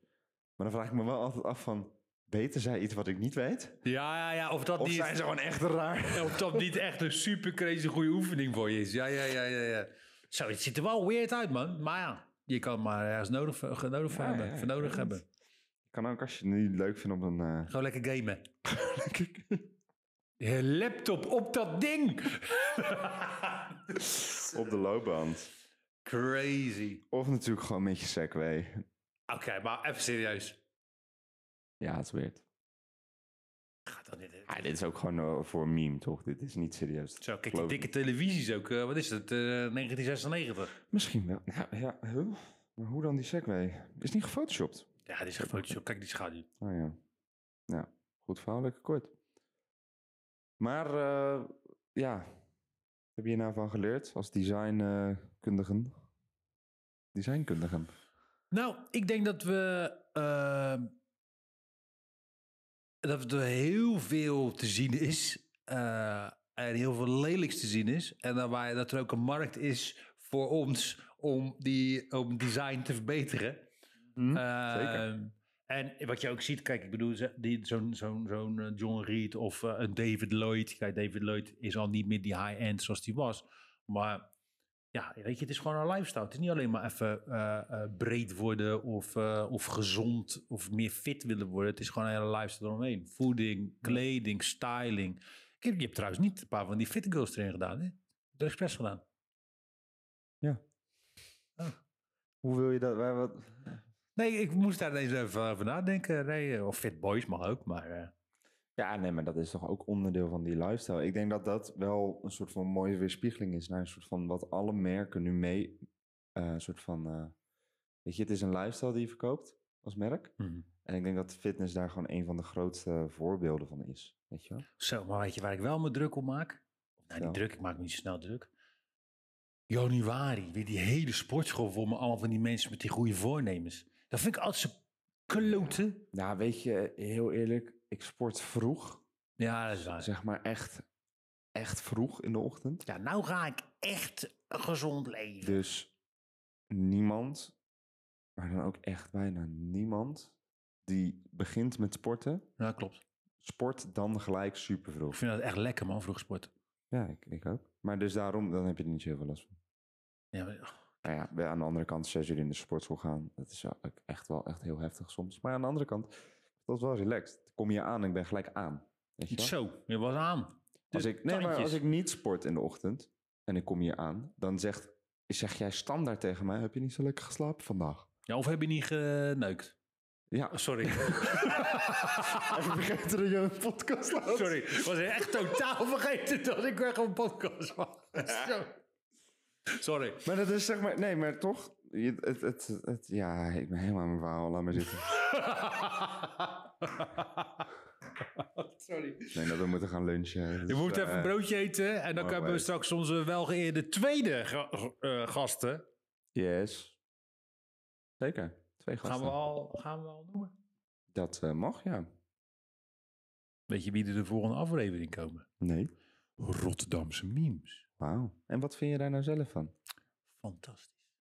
Speaker 1: Maar dan vraag ik me wel altijd af van, weten zij iets wat ik niet weet?
Speaker 2: Ja, ja, ja. Of dat,
Speaker 1: Of
Speaker 2: niet,
Speaker 1: zijn ze gewoon echt [laughs] raar?
Speaker 2: of dat niet echt een super crazy goede oefening voor je is. Ja, ja, ja, ja. ja. Zo, het ziet er wel weird uit, man. Maar ja, je kan maar ergens nodig, nodig
Speaker 1: Ja,
Speaker 2: hebben.
Speaker 1: ja,
Speaker 2: voor
Speaker 1: ik
Speaker 2: nodig
Speaker 1: weet het.
Speaker 2: hebben.
Speaker 1: Kan ook als je het niet leuk vindt om een... [laughs] eh,
Speaker 2: Gewoon lekker gamen. Je laptop op dat ding.
Speaker 1: op de loopband.
Speaker 2: [laughs] Crazy.
Speaker 1: Of natuurlijk gewoon met je segway.
Speaker 2: Oké, maar even serieus.
Speaker 1: Ja, het is weird.
Speaker 2: Gaat dat niet.
Speaker 1: Ah, dit is ook gewoon eh, voor een meme, toch? Dit is niet serieus.
Speaker 2: Zo, kijk, die
Speaker 1: Geloof
Speaker 2: dikke televisies ook. eh, wat is het? eh, 1996.
Speaker 1: Misschien wel. Nou, ja, huh? Maar hoe dan die segway? Is niet gefotoshopt?
Speaker 2: Ja, die is gefotoshopt. Kijk, die schaduw.
Speaker 1: Oh ja. Ja, goed verhaal, lekker kort. Maar eh, ja, wat heb je nou van geleerd als designkundigen? Designkundigen.
Speaker 2: Nou, ik denk dat we. ehm, dat er heel veel te zien is. eh, en heel veel lelijks te zien is. En dat, wij, dat er ook een markt is voor ons om, die, om design te verbeteren. Eh,
Speaker 1: zeker.
Speaker 2: En wat je ook ziet, kijk, ik bedoel, ze- die- zo'n zo'n zo'n eh, John Reed of eh, een David Lloyd. Kijk, David Lloyd is al niet meer die high-end zoals die was. Maar ja, weet je, het is gewoon een lifestyle. Het is niet alleen maar even eh, eh, breed worden of, eh, of gezond of meer fit willen worden. Het is gewoon een hele lifestyle eromheen. Voeding, kleding, styling. Ik heb, je hebt trouwens niet een paar van die fit girls erin gedaan, hè? Dat expres gedaan.
Speaker 1: Hoe wil je dat? waar- wat?
Speaker 2: Nee, ik moest daar ineens even over nadenken. Nee, eh, of fit boys mag ook, maar... eh,
Speaker 1: Ja, nee, maar dat is toch ook onderdeel van die lifestyle. Ik denk dat dat wel een soort van mooie weerspiegeling is naar een soort van wat alle merken nu mee. eh, een soort van. eh, weet je, het is een lifestyle die je verkoopt als merk.
Speaker 2: mhm.
Speaker 1: En ik denk dat fitness daar gewoon een van de grootste voorbeelden van is. Weet je wel?
Speaker 2: Zo, maar weet je waar ik wel me druk om maak? Nou,
Speaker 1: Vertel.
Speaker 2: niet druk, ik maak me niet zo snel druk. Januari, weer die hele sportschool vol met allemaal van die mensen met die goede voornemens. Dat vind ik altijd zo kloten.
Speaker 1: Nou, weet je, heel eerlijk, ik sport vroeg.
Speaker 2: Ja, dat is waar.
Speaker 1: Zeg maar echt, echt vroeg in de ochtend.
Speaker 2: Ja, nou ga ik echt gezond leven.
Speaker 1: Dus niemand, maar dan ook echt bijna niemand, die begint met sporten,
Speaker 2: Ja, klopt.
Speaker 1: sport dan gelijk super
Speaker 2: Ik
Speaker 1: vroeg.
Speaker 2: vind dat echt lekker, man, vroeg sporten.
Speaker 1: Ja, ik, ik ook. Maar dus daarom, dan heb je er niet zoveel last van.
Speaker 2: Ja, maar-
Speaker 1: Nou ja, we- aan de andere kant, zes uur in de sportschool gaan, dat is ook echt wel echt heel heftig soms. Maar aan de andere kant, dat is wel relaxed. Dan kom je aan en ik ben gelijk aan. Weet je wel?
Speaker 2: Zo, je was aan.
Speaker 1: Als
Speaker 2: Dus
Speaker 1: ik, nee, maar
Speaker 2: tandjes.
Speaker 1: als ik niet sport in de ochtend en ik kom hier aan, dan zegt, zeg jij standaard tegen mij: Heb je niet zo lekker geslapen vandaag?
Speaker 2: Ja, of heb je niet geneukt?
Speaker 1: Ja,
Speaker 2: Oh,
Speaker 1: [laughs]
Speaker 2: sorry. [laughs]
Speaker 1: ik vergeten dat je een podcast laat.
Speaker 2: sorry. Ik was echt totaal vergeten dat ik weg op een podcast was. Zo.
Speaker 1: [laughs]
Speaker 2: Sorry.
Speaker 1: Maar dat is zeg maar, nee, maar toch? je- het, het, het, ja, ik ben helemaal aan mijn verhaal, laat maar
Speaker 2: [laughs]
Speaker 1: zitten.
Speaker 2: sorry.
Speaker 1: Ik denk dat we moeten gaan lunchen.
Speaker 2: Je
Speaker 1: Dus,
Speaker 2: moet
Speaker 1: eh,
Speaker 2: even een broodje eten. En dan
Speaker 1: no
Speaker 2: hebben we
Speaker 1: way.
Speaker 2: straks onze welgeëerde tweede ga- eh, gasten.
Speaker 1: Yes. Zeker. Twee gasten.
Speaker 2: Gaan we, al, gaan we al noemen?
Speaker 1: Dat eh, mag, ja.
Speaker 2: Weet je wie er de volgende aflevering komen?
Speaker 1: Nee.
Speaker 2: Rotterdamse memes.
Speaker 1: Wauw. En wat vind je daar nou zelf van?
Speaker 2: Fantastisch.